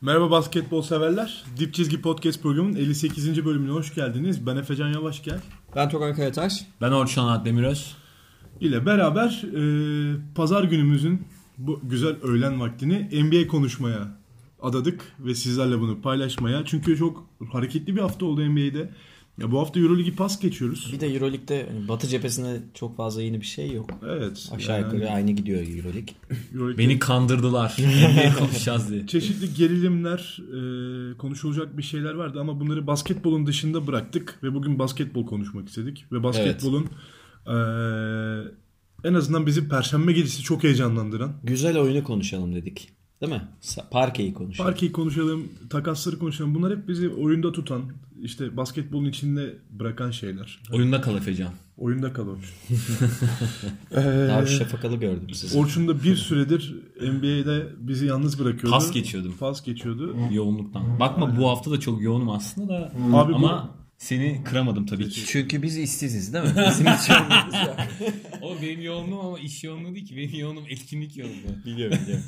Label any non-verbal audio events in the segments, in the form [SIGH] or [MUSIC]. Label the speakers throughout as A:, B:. A: Merhaba basketbol severler. Dip Çizgi Podcast programının 58. bölümüne hoş geldiniz. Ben Efecan Yavaş gel
B: Ben Tokan Kayataş.
C: Ben Orçan Demiröz.
A: ile beraber e, pazar günümüzün bu güzel öğlen vaktini NBA konuşmaya adadık ve sizlerle bunu paylaşmaya. Çünkü çok hareketli bir hafta oldu NBA'de. Ya bu hafta Euroligi pas geçiyoruz.
D: Bir de Euroleague'de hani Batı cephesinde çok fazla yeni bir şey yok.
A: Evet.
D: Aşağı
A: yani
D: yukarı aynı gidiyor Euroleague.
A: Euroleague'de
C: Beni kandırdılar. NBA konuşacağız diye.
A: Çeşitli gerilimler, e, konuşulacak bir şeyler vardı ama bunları basketbolun dışında bıraktık ve bugün basketbol konuşmak istedik ve basketbolun e, en azından bizi perşembe gecesi çok heyecanlandıran
D: Güzel oyunu konuşalım dedik. Değil mi? Sa- Parkeyi konuşalım.
A: Parkeyi konuşalım, takasları konuşalım. Bunlar hep bizi oyunda tutan, işte basketbolun içinde bırakan şeyler.
C: Oyunda kal Efecan.
A: Oyunda
C: [LAUGHS]
A: kalıyor. E,
D: Darüşşafakalı gördüm sizi.
A: Orçun da bir süredir NBA'de bizi yalnız bırakıyordu.
C: Pas geçiyordum.
A: Pas geçiyordu.
C: Yoğunluktan. Bakma bu hafta da çok yoğunum aslında da.
A: Abi bu-
C: Ama seni kıramadım tabii ki.
B: Çünkü biz işsiziz değil mi?
D: [LAUGHS]
B: Bizim hiç yoğunluğumuz yok.
C: [LAUGHS] O benim yoğunluğum ama iş yoğunluğu değil ki. Benim yoğunluğum etkinlik yoğunluğu.
D: Biliyorum biliyorum.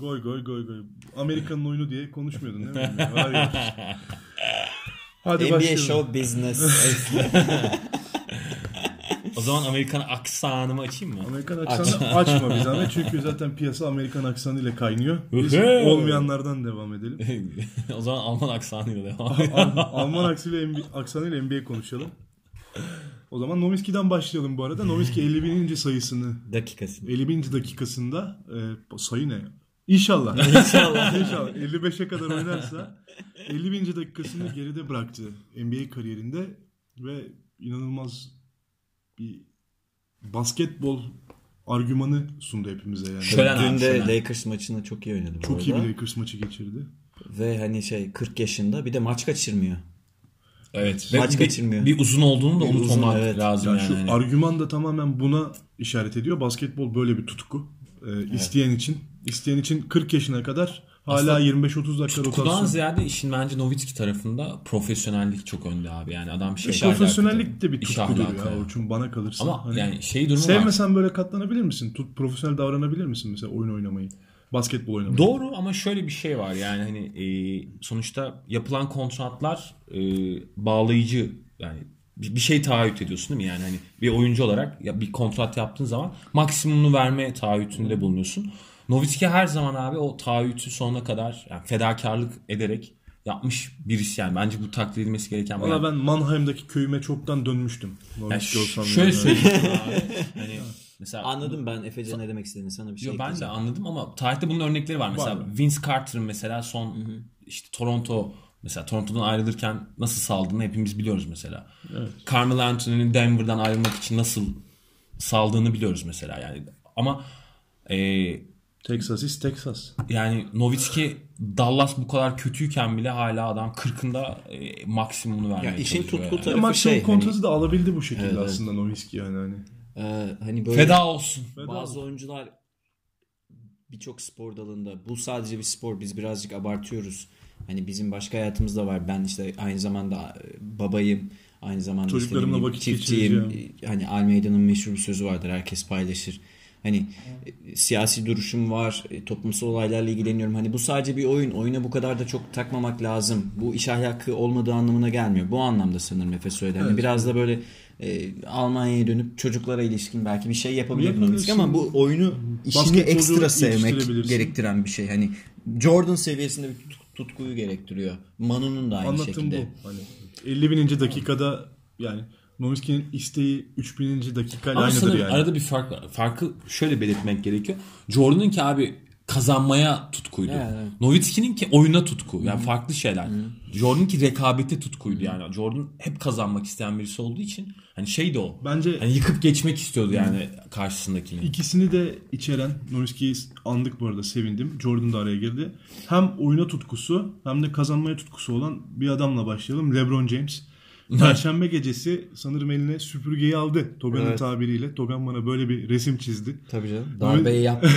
A: Goy goy goy goy. Amerika'nın oyunu diye konuşmuyordun değil mi? Var ya. Hadi
D: NBA
A: başlayalım.
D: Show Business.
C: O zaman Amerikan aksanımı açayım mı?
A: Amerikan aksanı açma bir zahmet çünkü zaten piyasa Amerikan aksanıyla kaynıyor. Biz
C: Uhey.
A: olmayanlardan devam edelim.
C: [LAUGHS] o zaman Alman aksanıyla devam.
A: Al- Alman aksıyla NBA, aksanıyla NBA konuşalım. O zaman Nowitzki'den başlayalım bu arada. Nowitzki 51. sayısını,
D: Dakikası.
A: 51. dakikasında e, sayı ne? İnşallah. İnşallah. İnşallah. 55'e kadar oynarsa 51. dakikasını geride bıraktı NBA kariyerinde ve inanılmaz bir basketbol argümanı sundu hepimize yani.
D: Şey
C: Şölen abi,
D: Dün de
C: şölen.
D: Lakers maçında çok iyi oynadı bu
A: Çok
D: arada.
A: iyi bir Lakers maçı geçirdi.
D: Ve hani şey 40 yaşında bir de maç kaçırmıyor.
C: Evet.
D: Maç
C: bir-
D: kaçırmıyor.
C: Bir, uzun olduğunu da
D: Bir uzun,
C: unutmamak
D: evet.
C: lazım
A: Yani
C: yani.
A: şu
C: Hani
A: argüman da tamamen buna işaret ediyor. Basketbol böyle bir tutku. Ee, isteyen için, isteyen için 40 yaşına kadar hala
C: Aslında
A: 25-30 dakika
C: Tutkudan
A: rotasyon.
C: ziyade işin bence Nowitzki tarafında profesyonellik çok önde abi. Yani adam şey
A: E, profesyonellik de bir
C: İş
A: tutkudur
C: ahlakı.
A: ya Orçun bana kalırsa.
C: Ama
A: Hani
C: yani şey durumu var.
A: sevmesen böyle katlanabilir misin? Tut, profesyonel davranabilir misin mesela oyun oynamayı? Basketbol oynamayı.
C: Doğru ama şöyle bir şey var yani hani e, sonuçta yapılan kontratlar e, bağlayıcı yani bir bir şey taahhüt ediyorsun değil mi yani hani bir oyuncu olarak ya bir kontrat yaptığın zaman maksimumunu verme taahhütünde bulunuyorsun. Nowitzki her zaman abi o taahhütü sonuna kadar yani fedakarlık ederek yapmış birisi yani bence bu takdir edilmesi gereken bir
A: Valla ben Mannheim'daki köyüme çoktan dönmüştüm.
C: yani
A: Norwich
C: ş-
A: olsam
C: şöyle
A: yani.
C: söyleyeyim abi. Hani
A: [LAUGHS]
C: mesela
D: Anladım ben Efecan ne demek istediğini sana bir şey
C: Yo, ben de
D: ekleyeceğim.
C: anladım ama tarihte bunun örnekleri var. Mesela
A: Var.
C: Vince Carter'ın mesela son işte Toronto mesela Toronto'dan ayrılırken nasıl saldığını hepimiz biliyoruz mesela. Carmelo Anthony'nin Denver'dan ayrılmak için nasıl saldığını biliyoruz mesela yani. Ama e,
A: Texas is Texas.
C: yani Nowitzki Dallas bu kadar kötüyken bile hala adam 40'ında e, maksimumunu vermeye
D: Ya işin
C: çalışıyor
D: tutku
C: yani.
D: tarafı
A: Maksimum
D: şey. Hani,
A: kontratı da alabildi bu şekilde
D: Evet, evet.
A: aslında Nowitzki yani. Hani.
D: e, hani böyle
C: Feda olsun.
D: Bazı oyuncular birçok spor dalında bu sadece bir spor biz birazcık abartıyoruz. Hani bizim başka hayatımız da var. Ben işte aynı zamanda e, babayım. Aynı zamanda işte ne
A: Çocuklarımla
D: bileyim,
A: vakit
D: çiftçiyim. E, Hani Almeida'nın meşhur bir sözü vardır. Herkes paylaşır. Hani e, siyasi duruşum var. e, Toplumsal olaylarla ilgileniyorum. Hani bu sadece bir oyun. Oyuna bu kadar da çok takmamak lazım. Bu iş ahlakı olmadığı anlamına gelmiyor. Bu anlamda sanırım Efe söyledi. Hani Biraz da böyle e, Almanya'ya dönüp çocuklara ilişkin belki bir şey yapabilir
A: Yapabilirsin.
D: Nowitzki ama bu oyunu işini
A: Basketbolcu
D: ekstra sevmek
A: yetiştirebilirsin.
D: gerektiren bir şey. Hani Jordan seviyesinde bir tut- tutkuyu gerektiriyor. Manu'nun da aynı
A: Anlattığım
D: şekilde.
A: bu. Hani 50 bininci dakikada yani Nowitzki'nin isteği 3000. dakikayla
C: Ama
A: aynıdır
C: sanırım
A: yani.
C: arada bir fark var. Farkı şöyle belirtmek gerekiyor. Jordan'ın ki abi kazanmaya tutkuydu.
D: Evet, evet.
C: Nowitzki'nin ki oyuna tutku. Yani farklı şeyler. Jordan'ın ki rekabete tutkuydu yani. Jordan hep kazanmak isteyen birisi olduğu için hani şey de o.
A: Bence
C: Hani yıkıp geçmek istiyordu yani karşısındakini.
A: ikisini de içeren Nowitzki'yi andık bu arada sevindim. Jordan da araya girdi. Hem oyuna tutkusu hem de kazanmaya tutkusu olan bir adamla başlayalım. LeBron James. Perşembe gecesi sanırım eline süpürgeyi aldı. Togan'ın tabiriyle. Togan bana böyle bir resim çizdi.
D: Tabii canım. Darbeyi yaptı.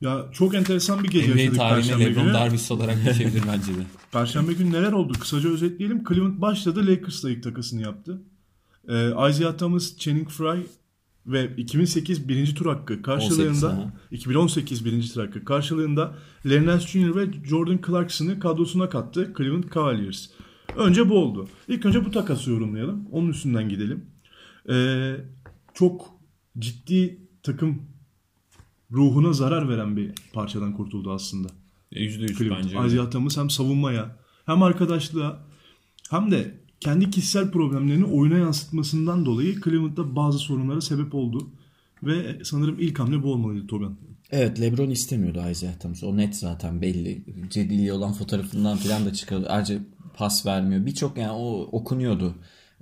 A: Ya çok enteresan bir gece
C: NBA
A: yaşadık
C: tarihine
A: Perşembe
C: LeBron
A: günü. [LAUGHS]
C: Davis olarak geçebilir bence de.
A: Perşembe günü neler oldu? Kısaca özetleyelim. Cleveland başladı. Lakers'la ilk takasını yaptı. Ee, Isaiah Thomas, Channing Frye ve 2008 birinci tur hakkı
D: 18,
A: karşılığında
D: aha.
A: 2018 birinci tur hakkı karşılığında Larry Nance Jr. ve Jordan Clarkson'ı kadrosuna kattı Cleveland Cavaliers. Önce bu oldu. İlk önce bu takası yorumlayalım. Onun üstünden gidelim. Ee, çok ciddi takım ruhuna zarar veren bir parçadan kurtuldu aslında.
C: %100
A: Cleveland.
C: bence.
A: Isaiah Thomas hem savunmaya hem arkadaşlığa hem de kendi kişisel problemlerini oyuna yansıtmasından dolayı Cleveland'da bazı sorunlara sebep oldu. Ve sanırım ilk hamle bu olmalıydı Togan.
D: Evet Lebron istemiyordu Isaiah Thomas. O net zaten belli. Cedili olan fotoğrafından falan da çıkarıldı. Ayrıca pas vermiyor. Birçok yani o okunuyordu.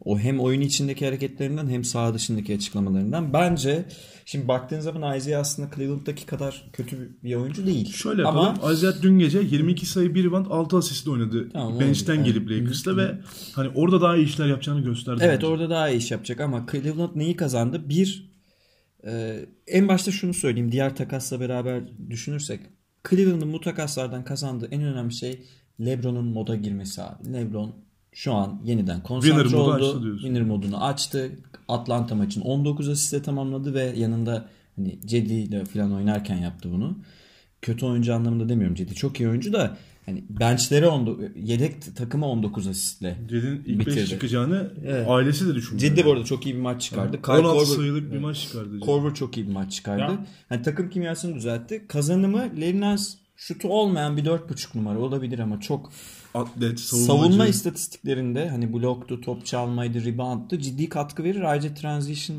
D: O hem oyun içindeki hareketlerinden hem saha dışındaki açıklamalarından. Bence şimdi baktığın zaman Isaiah aslında Cleveland'daki kadar kötü bir oyuncu değil.
A: Şöyle
D: Ama
A: yapalım. Isaiah dün gece 22 sayı 1 band 6 asistle oynadı.
D: Tamam, oldu.
A: Bench'ten
D: Evet.
A: gelip Lakers'ta ve hani orada daha iyi işler yapacağını gösterdi.
D: Evet
A: bence.
D: orada daha iyi iş yapacak ama Cleveland neyi kazandı? Bir e, en başta şunu söyleyeyim diğer takasla beraber düşünürsek Cleveland'ın bu takaslardan kazandığı en önemli şey LeBron'un moda girmesi abi. LeBron şu an yeniden konsantre
A: Winner modu açtı
D: oldu.
A: diyorsun.
D: Winner modunu açtı. Atlanta maçını 19 asiste tamamladı ve yanında hani Cedi ile falan oynarken yaptı bunu. Kötü oyuncu anlamında demiyorum Cedi. Çok iyi oyuncu da hani benchleri 19 yedek takıma 19 asistle
A: Cedi'nin ilk 5
D: Bitirdi.
A: çıkacağını ailesi de düşünmüyor.
D: Ciddi bu arada çok iyi bir maç çıkardı. Kyle
A: 16
D: Korver-
A: sayılık bir maç çıkardı. Cedi.
D: Korver çok iyi bir maç çıkardı.
C: Ya.
D: Yani takım kimyasını düzeltti. Kazanımı Lerinas şutu olmayan bir 4.5 numara olabilir ama çok
A: Atlet, savunmacı.
D: savunma istatistiklerinde hani bloktu, top çalmaydı, reboundtu ciddi katkı verir. Ayrıca transition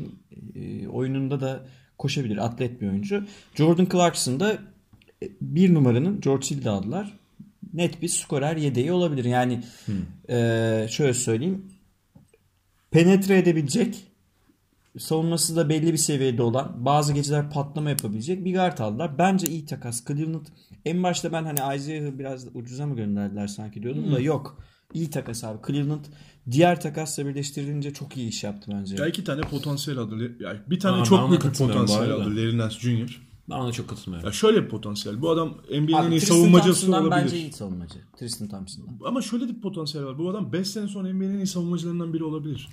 D: e, oyununda da koşabilir. Atlet bir oyuncu. Jordan Clarkson da e, bir numaranın George Hill'de aldılar. Net bir skorer yedeği olabilir. Yani e, şöyle söyleyeyim. Penetre edebilecek savunması da belli bir seviyede olan bazı geceler patlama yapabilecek bir guard aldılar. Bence iyi takas. Cleveland en başta ben hani Isaiah'ı biraz ucuza mı gönderdiler sanki diyordum
A: Hmm.
D: da yok. İyi takas abi. Cleveland diğer takasla birleştirilince çok iyi iş yaptı bence.
A: Ya iki tane potansiyel adı. Ya bir tane
C: Aa, ben
A: çok
C: ona
A: büyük bir
C: katılıyorum bu
A: potansiyel
C: arada.
A: adı. Larry Nance Jr.
C: Ben ona çok katılmıyorum.
A: Ya şöyle bir potansiyel. Bu adam NBA'nin en
D: Abi,
A: iyi
D: Tristan
A: savunmacısı
D: Thompson'dan
A: olabilir.
D: bence iyi savunmacı. Tristan Thompson'dan.
A: Ama şöyle de bir potansiyel var. Bu adam 5 sene sonra NBA'nin en iyi savunmacılarından biri olabilir.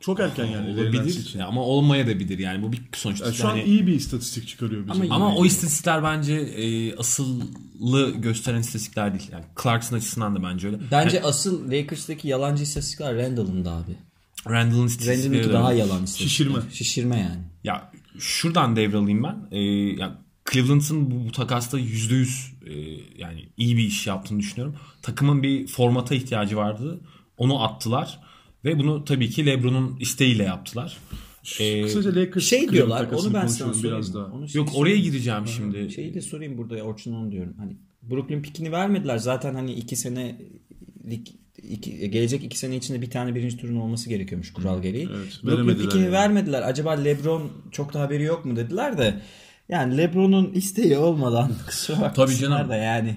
A: Çok erken yani. Larry Nance
C: olabilir
A: için.
C: Ya ama olmaya da bilir yani bu bir sonuçta.
A: Ya şu an
C: hani-
A: iyi bir istatistik çıkarıyor bize.
D: Ama-
C: Ama o istatistikler bence e, asıllı gösteren istatistikler değil. Yani Clarkson açısından da bence öyle.
D: Bence asıl Lakers'taki yalancı istatistikler Randall'ın da abi.
C: Randall'ın istatistikleri
D: Randall'ınki
C: de
D: daha
C: öyle.
D: yalan istatistik.
A: Şişirme.
D: Şişirme yani.
C: Ya şuradan devralayım ben. E, ya Cleveland'ın bu, bu takasta %100 e, yani iyi bir iş yaptığını düşünüyorum. Takımın bir formata ihtiyacı vardı. Onu attılar ve bunu tabii ki LeBron'un isteğiyle yaptılar. E,
A: Kısaca Lakers
D: Şey
A: Cleveland
D: diyorlar
A: takasını
D: onu ben sana
A: konuşalım
D: sorayım.
A: biraz daha.
D: Onu şey
C: yok oraya gireceğim şimdi.
D: Şeyi de sorayım burada Orçun onu diyorum. Hani Brooklyn pikini vermediler. Zaten hani iki senelik iki, gelecek iki sene içinde bir tane birinci turun olması gerekiyormuş kural gereği.
A: Evet,
D: Brooklyn
A: veremediler
D: pikini
A: yani.
D: vermediler. Acaba LeBron çok da haberi yok mu dediler de. Yani LeBron'un isteği olmadan [LAUGHS] kusura bakmasınlar
C: canım.
D: da yani.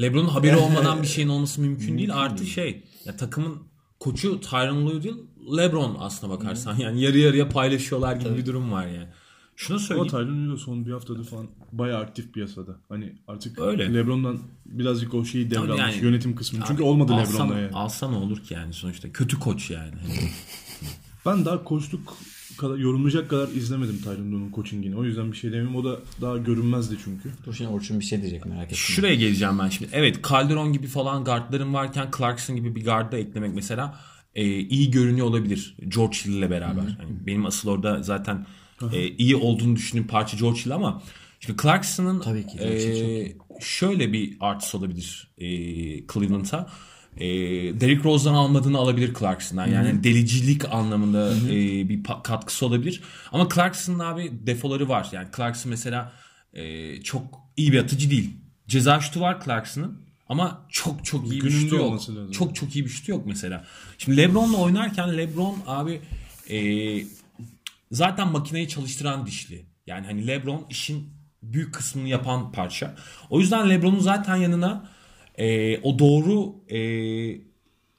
C: LeBron'un haberi olmadan bir şeyin olması mümkün değil. Artı şey ya takımın koçu Tyronn Lue değil LeBron aslına bakarsan. Yani yarı yarıya paylaşıyorlar gibi bir durum var yani. Şunu
A: Ama
C: söyleyeyim.
A: Tyron Lue de son bir haftadır falan bayağı aktif piyasada. Hani artık
C: Öyle.
A: LeBron'dan birazcık o şeyi devralmış
C: yani-
A: yönetim kısmını. Çünkü olmadı
C: alsa,
A: LeBron'la yani.
C: Alsa ne olur ki yani sonuçta. Kötü koç yani. Hani
A: Ben daha koçluk kadar yorumlayacak kadar izlemedim Tyron Lue'nun coachingini. O yüzden bir şey demeyeyim. O da daha görünmezdi çünkü.
D: Dur şimdi Orçun bir şey diyecek merak etme.
C: Şuraya geleceğim ben şimdi. Evet Calderon gibi falan guardların varken Clarkson gibi bir garda eklemek mesela e, iyi görünüyor olabilir George Hill ile beraber. Hani benim asıl orada zaten e, iyi olduğunu düşündüğüm parça George Hill ama şimdi Clarkson'ın
D: Tabii ki, George Hill çok
C: e, şöyle bir artısı olabilir e, Cleveland'a. E, Derrick Rose'dan almadığını alabilir Clarkson'dan. Yani delicilik anlamında e, bir pa- katkısı olabilir. Ama Clarkson'ın abi defoları var. Yani Clarkson mesela e, çok iyi bir atıcı değil. Ceza şutu var Clarkson'ın ama çok çok iyi bir
A: Gününde
C: şutu yok.
A: olması lazım.
C: Çok çok iyi bir şutu yok mesela. Şimdi LeBron'la oynarken LeBron abi e, zaten makineyi çalıştıran dişli. Yani hani LeBron işin büyük kısmını yapan parça. O yüzden LeBron'un zaten yanına e, o doğru e,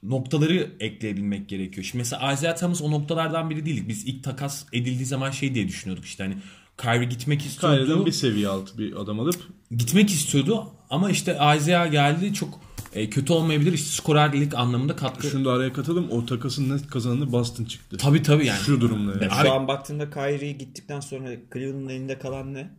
C: noktaları ekleyebilmek gerekiyor. Şimdi mesela Isaiah Thomas o noktalardan biri değil. Biz ilk takas edildiği zaman şey diye düşünüyorduk işte hani Kyrie gitmek istiyordu
A: Kyrie'den bir seviye altı bir adam alıp
C: gitmek istiyordu ama işte Isaiah geldi çok e, kötü olmayabilir. İşte skorerlik anlamında katkı.
A: Şunu da araya katalım. O takasın net kazananı Boston çıktı.
C: Tabii tabii yani.
A: Şu durumda yani.
C: Ya
D: Şu
C: Abi-
D: an baktığında Kyrie gittikten sonra Cleveland'ın elinde kalan ne?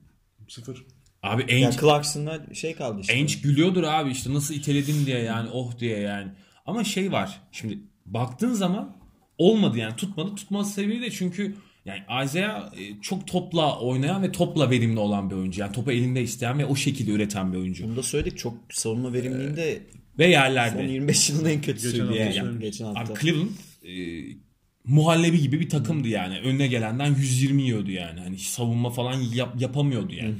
A: Sıfır.
C: Abi
D: Ya
C: Ainge,
D: Clarkson'la şey kaldı işte.
C: Ainge gülüyordur abi işte nasıl iteledim diye yani oh diye yani. Ama şey var şimdi baktığın zaman olmadı yani tutmadı. Tutması sebebi de çünkü yani Isaiah e, çok topla oynayan ve topla verimli olan bir oyuncu. Yani topu elinde isteyen ve o şekilde üreten bir oyuncu.
D: Bunu da söyledik çok savunma verimliğinde
A: Ee,
C: Ve
D: son
C: yerlerde.
D: 25 yılın en
A: Geçen
D: kötüsüydü
A: hafta
D: yani.
A: söylemiş.
D: Geçen hafta.
C: Abi Cleveland e, muhallebi gibi bir takımdı yani. Önüne gelenden 120 yiyordu yani. Hani savunma falan yap- yapamıyordu yani.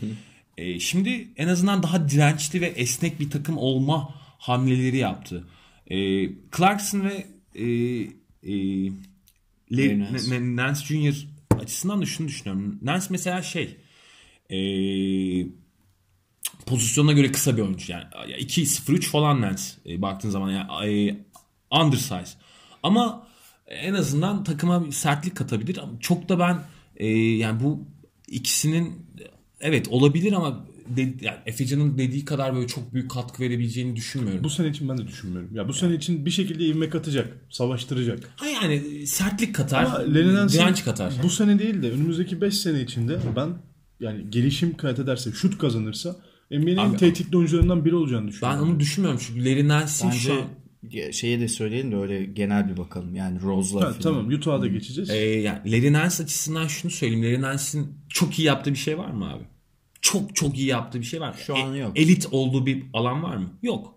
C: E, şimdi en azından daha dirençli ve esnek bir takım olma hamleleri yaptı. E, Clarkson ve e, e, Le-
D: Nance.
C: Ne- Ne- Nance Jr. açısından da şunu düşünüyorum. Nance mesela şey e, pozisyonuna göre kısa bir oyuncu. Yani ya 2-0-3 falan Nance e, baktığın zaman. Yani, e, undersize. Ama en azından takıma bir sertlik katabilir. Ama Çok da ben e, yani bu ikisinin evet olabilir ama de, yani Efecan'ın dediği kadar böyle çok büyük katkı verebileceğini düşünmüyorum.
A: Bu sene için ben de düşünmüyorum. Ya bu sene için bir şekilde ivme katacak. Savaştıracak.
C: Ha yani e, sertlik
A: Ama
C: katar,
A: Lennon Hansen
C: direnç katar.
A: Bu sene değil de önümüzdeki 5 sene içinde ben yani gelişim kat ederse, şut kazanırsa NBA'nin en
C: Abi-
A: tehditli oyuncularından biri olacağını
C: Ben
A: düşünüyorum.
C: onu düşünmüyorum çünkü Larry Nance'in şu
D: Bence
C: an
D: ya- şeye de söyleyelim de öyle genel bir bakalım. Yani Rose'la
A: Ha,
D: falan.
A: tamam Utah'a da geçeceğiz.
C: Ee, yani Larry Nance açısından şunu söyleyeyim. Larry Nance'in çok iyi yaptığı bir şey var mı abi? Çok çok iyi yaptığı bir şey var mı?
D: Şu an yok.
C: Elit olduğu bir alan var mı? Yok.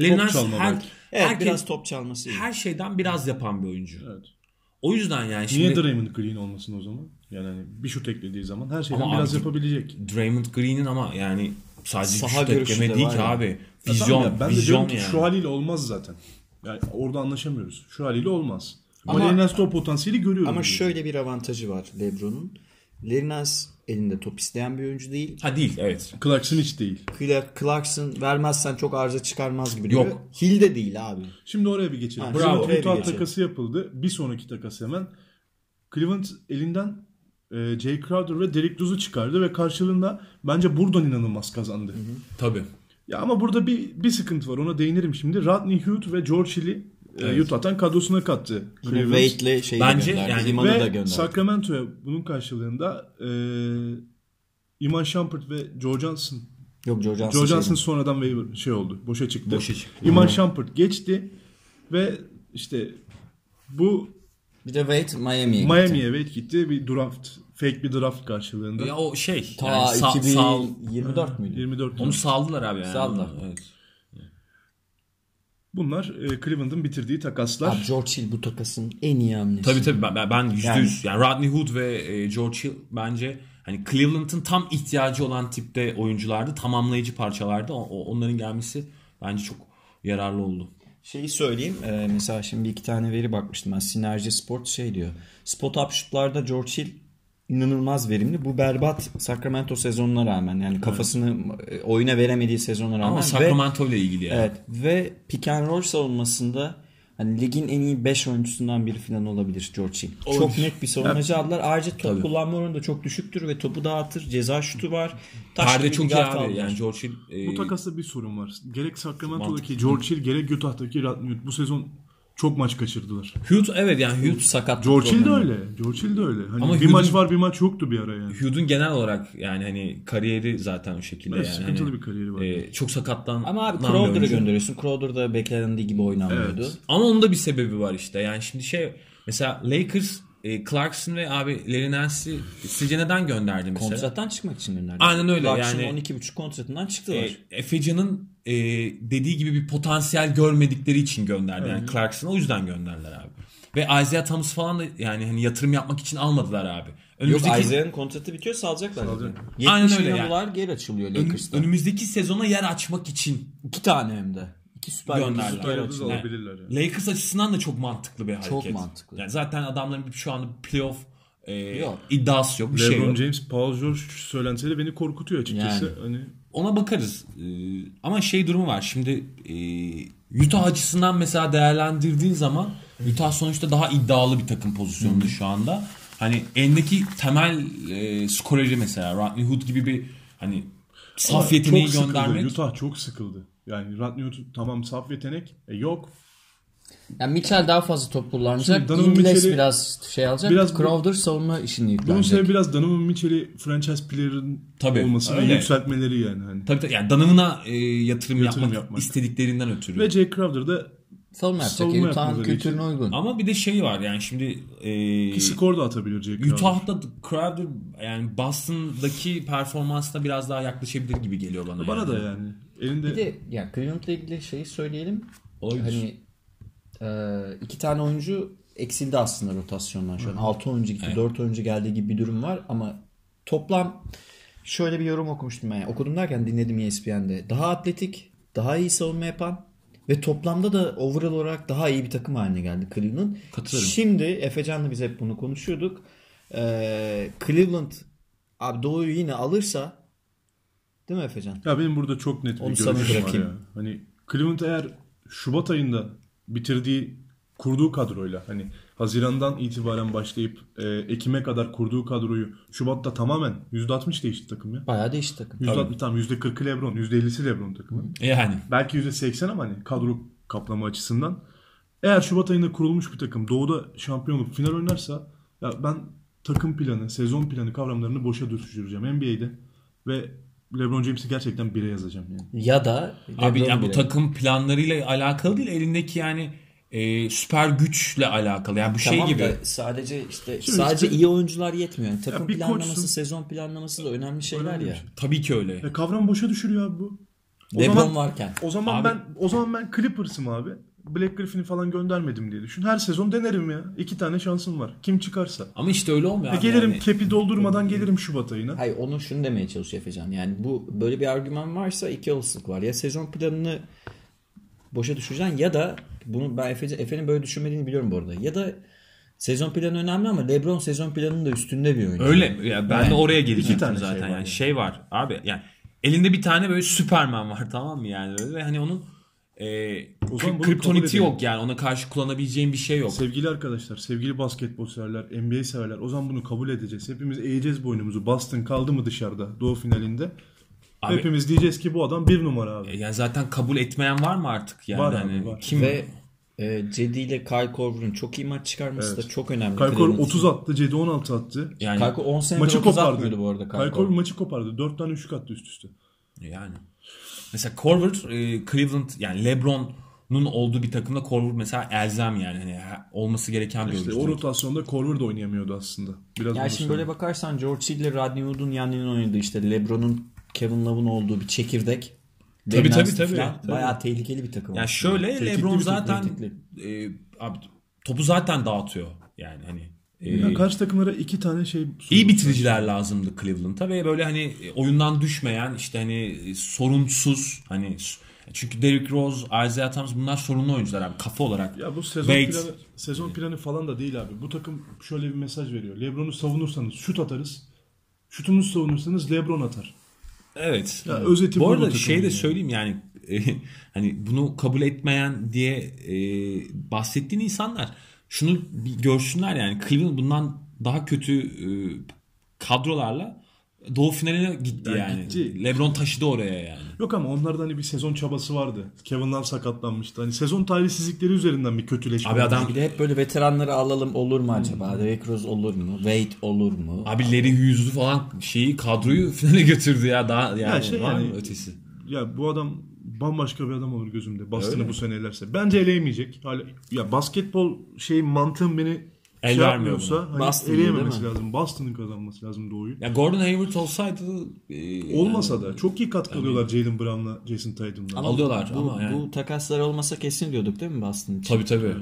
C: Larry
A: Top
C: Nance
A: çalma
C: her,
A: belki.
D: Evet
C: herkes-
D: biraz top çalması iyi.
C: her şeyden biraz yapan bir oyuncu.
A: Evet.
C: O yüzden yani şimdi
A: Niye Draymond Green olmasın o zaman? Yani hani bir şut eklediği zaman her şeyden
C: Ama
A: biraz
C: abi-
A: yapabilecek.
C: Draymond Green'in ama yani sadece
D: Saha
C: şut
D: görüşü
C: ekleme
D: de
C: değil
D: var
C: ki
D: ya.
C: abi.
A: Ya tamam
C: Vizyon,
A: ya, ben de
C: vizyon
A: diyorum ki
C: yani.
A: şu haliyle olmaz zaten. Yani orada anlaşamıyoruz. Şu haliyle olmaz. Ama
D: Ama-
A: Lennon o potansiyeli görüyorum.
D: Ama
A: diyorum.
D: şöyle bir avantajı var Lebron'un. Lerinaz elinde top isteyen bir oyuncu değil.
C: Ha değil evet.
A: Clarkson hiç değil.
D: Cla- Clarkson vermezsen çok arıza çıkarmaz gibi
C: Yok.
D: duruyor. Hill de değil abi.
A: Şimdi oraya bir geçelim.
D: Ha,
A: Cleveland
D: bravo. Oraya bir
A: Utah
D: geçelim.
A: takası yapıldı. Bir sonraki takas hemen. Cleveland elinden e, Jay Crowder ve Derek Rose'u çıkardı ve karşılığında bence buradan inanılmaz kazandı.
C: Tabii.
A: Ya ama burada bir bir sıkıntı var. Ona değinirim şimdi. Rodney Hood ve George Hill'i e, Utah'tan kadrosuna kattı.
D: Yine
A: Cleveland.
D: Wade'le şeyi
C: Bence
D: de gönderdi.
C: yani-
D: Limanı da
A: Ve
D: gönderdi.
A: Sacramento'ya bunun karşılığında e, Iman Shumpert ve Joe Johnson
D: Yok George Johnson.
A: Joe Johnson
D: şeydi.
A: sonradan waiver şey oldu. Boşa çıktı.
C: Boşa çıktı.
A: Iman Shumpert geçti ve işte bu
D: Bir de Wade Miami'ye gitti.
A: Miami'ye evet gitti. Bir draft, fake bir draft karşılığında.
C: Ya o şey.
D: Ta
C: yani sağ, sağ,
D: 2024 müydü?
A: 24
C: onu saldılar abi yani.
D: Saldılar.
C: Evet.
A: Bunlar e, Cleveland'ın bitirdiği takaslar.
D: Abi George Hill bu takasın en iyi hamlesi.
C: Tabii tabii ben- ben, ben yüzde yani. yüz. Yani Rodney Hood ve e, George Hill bence hani Cleveland'ın tam ihtiyacı olan tipte oyunculardı. Tamamlayıcı parçalardı. O- o- onların gelmesi bence çok yararlı oldu.
D: Şeyi söyleyeyim. e, mesela şimdi iki tane veri bakmıştım ben. Sinerji Sport şey diyor. Spot up şutlarda George Hill inanılmaz verimli. Bu berbat Sacramento sezonuna rağmen yani kafasını e, oyuna veremediği sezonuna rağmen.
C: Ama
D: ve-
C: Sacramento ile ilgili yani.
D: Evet ve pick and roll savunmasında hani ligin en iyi 5 oyuncusundan biri falan olabilir George Hill. Çok net bir savunmacı aldılar. Ayrıca top kullanma oranı da çok düşüktür ve topu dağıtır. Ceza şutu var. Taş gibi
C: Perde
D: bir
C: çok iyi
D: guard
C: abi.
D: aldılar.
C: Yani George Hill e,
A: Bu takasta bir sorun var. Gerek Sacramento'daki George Hill gerek Utah'taki Rodney Hood bu sezon çok maç kaçırdılar.
C: Hood evet yani Hood
D: sakat.
A: George Hill de öyle. George Hill de öyle. Hani
C: Ama
A: bir
C: Hood'un-
A: maç var bir maç yoktu bir ara yani.
C: Hood'un genel olarak yani hani kariyeri zaten o şekilde
A: Evet,
C: yani.
A: sıkıntılı
C: Hani,
A: bir kariyeri var.
C: e, çok sakatlanan
D: Ama abi
C: bir
D: Crowder'ı
C: oyuncu.
D: gönderiyorsun. Crowder da beklendiği gibi oynamıyordu.
A: Evet.
C: Ama onun da bir sebebi var işte. Yani şimdi şey mesela Lakers e, Clarkson ve abi Larry Nance'i sizce neden gönderdi mesela?
D: Kontrattan çıkmak için gönderdi.
C: Aynen öyle
D: Clarkson'ın
C: yani.
D: 12.5 kontratından çıktılar.
C: E, Efecan'ın e, dediği gibi bir potansiyel görmedikleri için gönderdi. Yani Clarkson'ı o yüzden gönderdiler abi. Ve Isaiah Thomas falan da yani hani yatırım yapmak için almadılar abi.
D: Yok
C: Önümüzdeki,
D: Isaac'ın kontratı bitiyor salacaklar.
A: Salacak.
D: zaten.
C: Aynen
D: 70
C: öyle
D: milyon
C: yani.
D: dolar geri açılıyor
C: ön-
D: Lakers'ta.
C: önümüzdeki sezona yer açmak için
D: İki tane hem de. İki süper
C: Gönderdiler.
D: yıldız
A: Süper
D: geri
A: yıldız
D: açılıyor.
A: alabilirler yani.
C: Lakers açısından da çok mantıklı bir hareket.
D: Çok mantıklı.
C: Yani zaten adamların bir- şu anda playoff e,
D: Yok.
C: iddiası yok. Bir şey
A: LeBron
C: yok.
A: James, Paul George söylentileri beni korkutuyor açıkçası.
D: Yani.
A: Hani
C: Ona bakarız. E, ama şey durumu var. Şimdi e, Utah açısından mesela değerlendirdiğin zaman Utah sonuçta daha iddialı bir takım pozisyonunda şu anda. Hani elindeki temel e, skoreri mesela Rodney Hood gibi bir hani saf yeteneği
A: çok
C: göndermek.
A: Sıkıldı. Utah çok sıkıldı. Yani Rod Newton tamam saf yetenek. E, yok.
D: Yani Mitchell daha fazla top
A: Şimdi
D: kullanacak.
A: Donovan
D: Ingles
A: Mitchell'i-
D: biraz şey alacak.
A: Biraz bu-
D: Crowder savunma işini
A: Bunun
D: yüklenecek.
A: sebebi biraz Donovan Mitchell'i franchise player'ın
C: Tabii,
A: olması ve
C: öyle.
A: yükseltmeleri yani. Hani.
C: Tabii tabii. Yani danımına e, yatırım, yapmak,
A: yapmak.
C: istediklerinden ötürü.
A: Ve Jay Crowder da
D: Savunma yapacak.
A: savunma
D: Utah'ın
A: yapmaları
D: kültürüne uygun.
C: Ama bir de şey var yani şimdi e,
A: bir skor da atabilir Jay Crowder.
C: Utah'da Crowder yani Boston'daki performansına biraz daha yaklaşabilir gibi geliyor bana.
A: Bana da yani. Elinde
D: Bir de ya Cleveland'la ilgili şeyi söyleyelim.
C: Olabilir.
D: Hani e, iki tane oyuncu eksildi aslında rotasyondan şu an. 6 oyuncu gitti, 4 oyuncu geldiği gibi bir durum var ama toplam şöyle bir yorum okumuştum ben. Yani. Okudum derken dinledim E ESPN'de. Daha atletik, daha iyi savunma yapan ve toplamda da overall olarak daha iyi bir takım haline geldi Cleveland.
C: Katılırım.
D: Şimdi Efecan'la biz hep bunu konuşuyorduk. E, Cleveland abi Doğu'yu yine alırsa değil mi Efecan?
A: Ya benim burada çok net bir
D: Onu sana
A: görüşüm var
D: bırakayım.
A: ya. Hani Cleveland eğer Şubat ayında bitirdiği kurduğu kadroyla hani Haziran'dan itibaren başlayıp e, Ekim'e kadar kurduğu kadroyu Şubat'ta tamamen %60 değişti takım ya.
D: Bayağı değişti takım.
A: %60 tam %40'ı Lebron, %50'si Lebron takımı.
C: Yani
A: Belki %80 ama hani kadro kaplama açısından. Eğer Şubat ayında kurulmuş bir takım Doğu'da şampiyonluk final oynarsa ya ben takım planı, sezon planı kavramlarını boşa düşüreceğim NBA'de ve LeBron James'i gerçekten bire yazacağım yani.
D: Ya da
C: abi
D: LeBron
C: yani bu
D: bile.
C: takım planlarıyla alakalı değil elindeki yani e, süper güçle alakalı. Yani bu şey
D: Tamam
C: gibi.
D: da sadece işte
A: Şimdi
D: sadece
A: işte-
D: iyi oyuncular yetmiyor. Yani takım
A: bir
D: planlaması,
A: koçsun.
D: sezon planlaması da önemli şeyler
A: Önemli bir
D: ya.
A: şey.
C: Tabii ki öyle.
A: E kavram boşa düşürüyor abi bu. O
D: LeBron
A: zaman,
D: varken.
A: o zaman
C: Abi-
A: ben o zaman ben Clippers'ım abi. Black Griffin'i falan göndermedim diye düşün. Her sezon denerim ya. İki tane şansım var. Kim çıkarsa.
C: Ama işte öyle olmuyor.
A: E
C: abi
A: gelirim
C: yani.
A: kepi doldurmadan gelirim Şubat ayına.
D: Hayır onu şunu demeye çalışıyor Efecan. Yani bu böyle bir argüman varsa iki olasılık var. Ya sezon planını boşa düşüreceksin ya da bunu ben Efe, Efe'nin böyle düşünmediğini biliyorum bu arada. Ya da sezon planı önemli ama LeBron sezon planının da üstünde bir oyuncu.
C: Öyle. Yani ben de oraya geleceğim
A: tane şey
C: zaten.
A: var
C: yani
A: yani.
C: şey var abi yani elinde bir tane böyle Superman var tamam mı yani böyle ve hani onun e,
A: zaman
C: kri-
A: bunu
C: kriptoniti
A: kabul edelim.
C: yok yani ona karşı kullanabileceğin bir şey yok.
A: Sevgili arkadaşlar, sevgili basketbol severler, NBA severler. O zaman bunu kabul edeceğiz. Hepimiz eğeceğiz boynumuzu. Boston kaldı mı dışarıda doğu finalinde?
C: Abi-
A: Hepimiz diyeceğiz ki bu adam bir numara abi.
C: E, Yani zaten kabul etmeyen var mı artık yani?
A: Var abi,
C: hani
A: var.
C: Kim?
D: Ve e, Cedi ile Kyle Korver'ın çok iyi maç çıkarması da çok önemli.
A: Kaykor
D: Cleveland için.
A: 30 attı, Cedi 16 attı.
C: yani
D: Kyle Korver 10 senedir
A: Maçı
D: 30
A: kopardı.
D: atmıyordu bu arada Kyle
A: Kaykor
D: Korver.
A: maçı kopardı. 4 tane üçlük attı üst üste.
C: yani mesela Corver e, Cleveland yani LeBron'un olduğu bir takımda Corver mesela elzem yani hani ha- olması gereken bir
A: İşte
C: oyuncu.
A: o rotasyonda Korver de oynayamıyordu aslında. Biraz
D: Ya
A: bunu
D: şimdi
A: söyleyeyim.
D: böyle bakarsan George Hill ile Rodney Hood'un yan yana oynadığı işte LeBron'un Kevin Love'ın olduğu bir çekirdek.
C: Tabii,
D: Dave
C: tabii,
D: Nasty
C: tabii.
D: falan. Bayağı tehlikeli bir takım.
C: yani şöyle
A: Tehditli
C: LeBron
A: bir takım,
C: zaten
D: tehditli.
C: e, abi, topu zaten dağıtıyor yani hani. e,
A: Ya karşı takımlara iki tane şey
C: İyi bitiriciler lazımdı Cleveland'a ve böyle hani oyundan düşmeyen işte hani sorunsuz hani çünkü Derrick Rose, Isaiah Thomas bunlar sorunlu oyuncular abi kafa olarak.
A: Ya bu sezon
C: Wade.
A: planı sezon planı falan da değil abi. Bu takım şöyle bir mesaj veriyor. LeBron'u savunursanız şut atarız. Şutunuzu savunursanız LeBron atar.
C: Evet.
A: Ya özeti
C: bu
A: bu
C: arada
A: bu
C: şey de
A: takımın
C: söyleyeyim yani e, [LAUGHS] hani bunu kabul etmeyen diye e, bahsettiğin insanlar şunu bir görsünler yani Cleveland bundan daha kötü e, kadrolarla Doğu finaline gitti
A: Ya
C: yani.
A: gitti.
C: LeBron taşıdı oraya yani.
A: Yok ama onlarda hani bir sezon çabası vardı. Kevin Love sakatlanmıştı. Hani sezon talihsizlikleri üzerinden bir kötüleşme.
C: Abi
A: oldu.
C: adam
D: Bir de hep böyle veteranları alalım olur mu
A: Hmm.
D: acaba? Derrick Rose olur mu? Wade olur mu?
C: Abi Larry Hughes'u falan şeyi kadroyu [LAUGHS] finale götürdü ya daha yani
A: şey
C: var
A: yani-
C: mı ötesi?
A: ya bu adam bambaşka bir adam olur gözümde. Boston'ı bu sene elerse. Bence eleyemeyecek. Hala, ya basketbol şey mantığım beni
C: El
A: şey
C: vermiyor
A: yapmıyorsa hani
D: Boston diyor,
A: eleyememesi
D: değil
A: lazım. Boston'ın kazanması lazım doğuyu.
C: Ya Gordon Hayward olsaydı e,
A: Olmasa
C: yani
A: da çok iyi katkı alıyorlar Jalen Brown'la Jason Tatum'la.
D: Ama
C: alıyorlar
D: bu,
C: ama yani.
D: bu takaslar olmasa kesin diyorduk değil mi Boston için?
C: tabii tabii.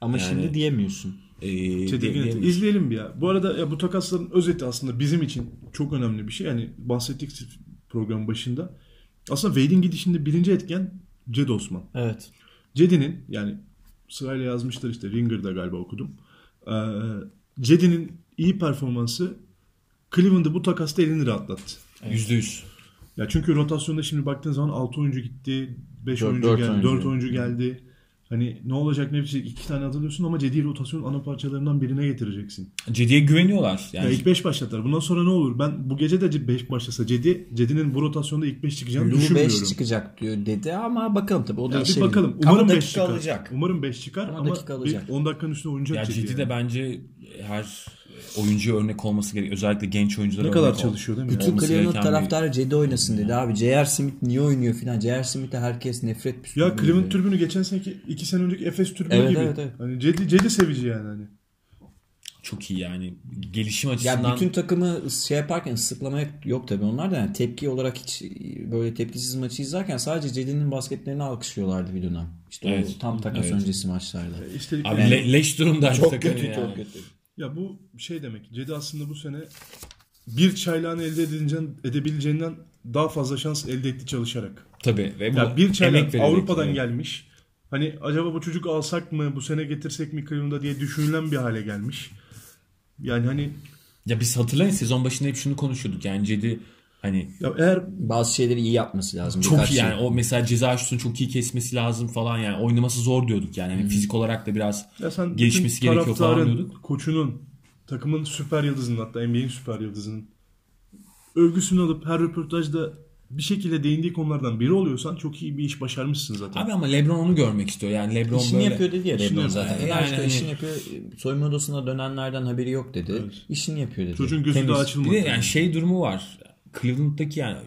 D: Ama şimdi diyemiyorsun.
C: E,
A: Şey
C: diye-
A: değil,
C: diye-
A: İzleyelim bir ya. Bu arada ya bu takasların özeti aslında bizim için çok önemli bir şey. Yani bahsettik program başında. Aslında Wade'in gidişinde birinci etken Cedi Osman.
D: Evet.
A: Cedi'nin yani sırayla yazmışlar işte Ringer'da galiba okudum. Ee, Cedi'nin iyi performansı Cleveland'ı bu takasta elini rahatlattı.
C: Yüzde yüz.
A: Ya çünkü rotasyonda şimdi baktığın zaman 6 oyuncu gitti, 5
D: Dört-
A: oyuncu
D: dört
A: geldi,
D: oyuncu.
A: 4 oyuncu geldi. Hani ne olacak ne bitecek iki tane atılıyorsun ama Cedi'yi rotasyonun ana parçalarından birine getireceksin.
C: Cedi'ye güveniyorlar.
A: ya
C: Yani
A: ilk 5 başlattılar. Bundan sonra ne olur? Ben bu gece de 5 başlasa Cedi, Cedi'nin bu rotasyonda ilk 5 çıkacağını
D: Lu
A: düşünmüyorum.
D: 5 çıkacak diyor dedi ama bakalım tabii o da şey-
A: Ya bir
D: değişebilir.
A: bakalım.
D: Ama
A: Umarım 5
D: dakika
A: çıkar.
D: alacak.
A: Umarım 5 çıkar ama,
D: Ama dakika alacak.
A: bir 10 dakikanın üstüne oynayacak
C: ya
A: Cedi.
C: Cedi
A: yani.
C: de bence her oyuncuya örnek olması gerekiyor. Özellikle genç oyunculara
A: ne kadar
C: örnek ol-
A: çalışıyor değil mi?
C: Bütün-
A: ya?
D: Kim
C: Olması
D: Cleveland
C: gereken
D: taraftarı Cedi oynasın dedi abi. J.R. Smith niye oynuyor filan. J.R. Smith'e herkes nefret püskürdü.
A: Ya Cleveland türbünü geçen seneki 2 sene önceki Efes türbünü
D: Evet,
A: gibi.
D: evet, evet.
A: Hani Cedi, Cedi sevici yani. Hani.
C: Çok iyi yani. Gelişim açısından.
D: Ya bütün takımı şey yaparken ıslıklamaya yok tabii onlar da yani tepki olarak hiç böyle tepkisiz maçı izlerken sadece Cedi'nin basketlerini alkışlıyorlardı bir dönem. İşte
C: Evet.
D: o tam takas
C: Evet.
D: öncesi maçlarda.
A: İstedik
C: Abi le- leş durumda. takım yani.
D: kötü.
A: Ya bu şey demek. Cedi aslında bu sene bir çaylağını elde edileceğin, edebileceğinden daha fazla şans elde etti çalışarak.
C: Tabii. Ve bu
A: Ya bir
C: emek
A: çaylak
C: vererek.
A: Avrupa'dan
C: Evet.
A: gelmiş. Hani acaba bu çocuk alsak mı, bu sene getirsek mi Cleveland'a diye düşünülen bir hale gelmiş. Yani hani
C: Ya biz hatırlayın sezon başında hep şunu konuşuyorduk. Yani Cedi hani
A: ya eğer
D: Bazı şeyleri iyi yapması lazım.
C: çok
D: birkaç
C: iyi
D: şey.
C: yani o mesela ceza şutunu çok iyi kesmesi lazım falan yani oynaması zor diyorduk yani. Hani fizik olarak da biraz
A: ya sen
C: gelişmesi
A: bütün
C: gerekiyor falan
A: taraftarın,
C: diyorduk.
A: Koçunun, takımın süper yıldızının hatta NBA'in süper yıldızının övgüsünü alıp her röportajda bir şekilde değindiği konulardan biri oluyorsan çok iyi bir iş başarmışsın zaten.
C: Abi ama LeBron onu görmek istiyor. Yani LeBron
D: İşini
C: böyle
D: yapıyor dedi ya
C: İşini
D: Lebron
C: yapıyor.
D: zaten.
C: Yani
D: Yani, işte
C: hani-
D: işini yapıyor. Soyunma odasına dönenlerden haberi yok dedi. İşini yapıyor dedi.
A: Çocuğun gözü de
D: Temiz.
A: açılmadı.
C: Bir de yani şey durumu var. Cleveland'daki yani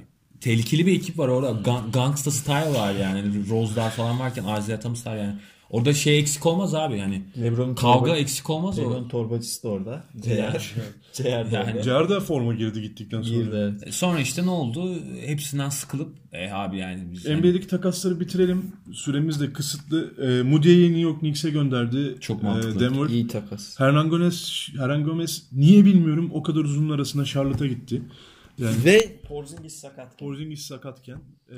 C: tehlikeli bir ekip var orada. Gang- Gangsta style var yani. Hani Rose'lar falan varken Aziz Atamus var yani. Orada şey eksik olmaz abi yani.
D: Lebron
C: Kavga
D: torba-
C: eksik olmaz orada.
D: Lebron torbacısı da orada. Ceyar. Ceyar da
C: Yani
D: [LAUGHS] orada.
A: Cer de forma girdi gittikten sonra.
D: Bir de-
C: Sonra işte ne oldu? Hepsinden sıkılıp e abi yani biz yani
A: NBA'deki takasları bitirelim. Süremiz de kısıtlı. E, Moody'yi New York Knicks'e gönderdi.
C: Çok
A: E,
C: mantıklı.
A: Denver.
D: İyi takas.
A: Hernan Gomez, Hernan Gomez niye bilmiyorum o kadar uzunun arasında Charlotte'a gitti. Yani
D: Ve Porzingis sakat.
A: Porzingis sakatken. E,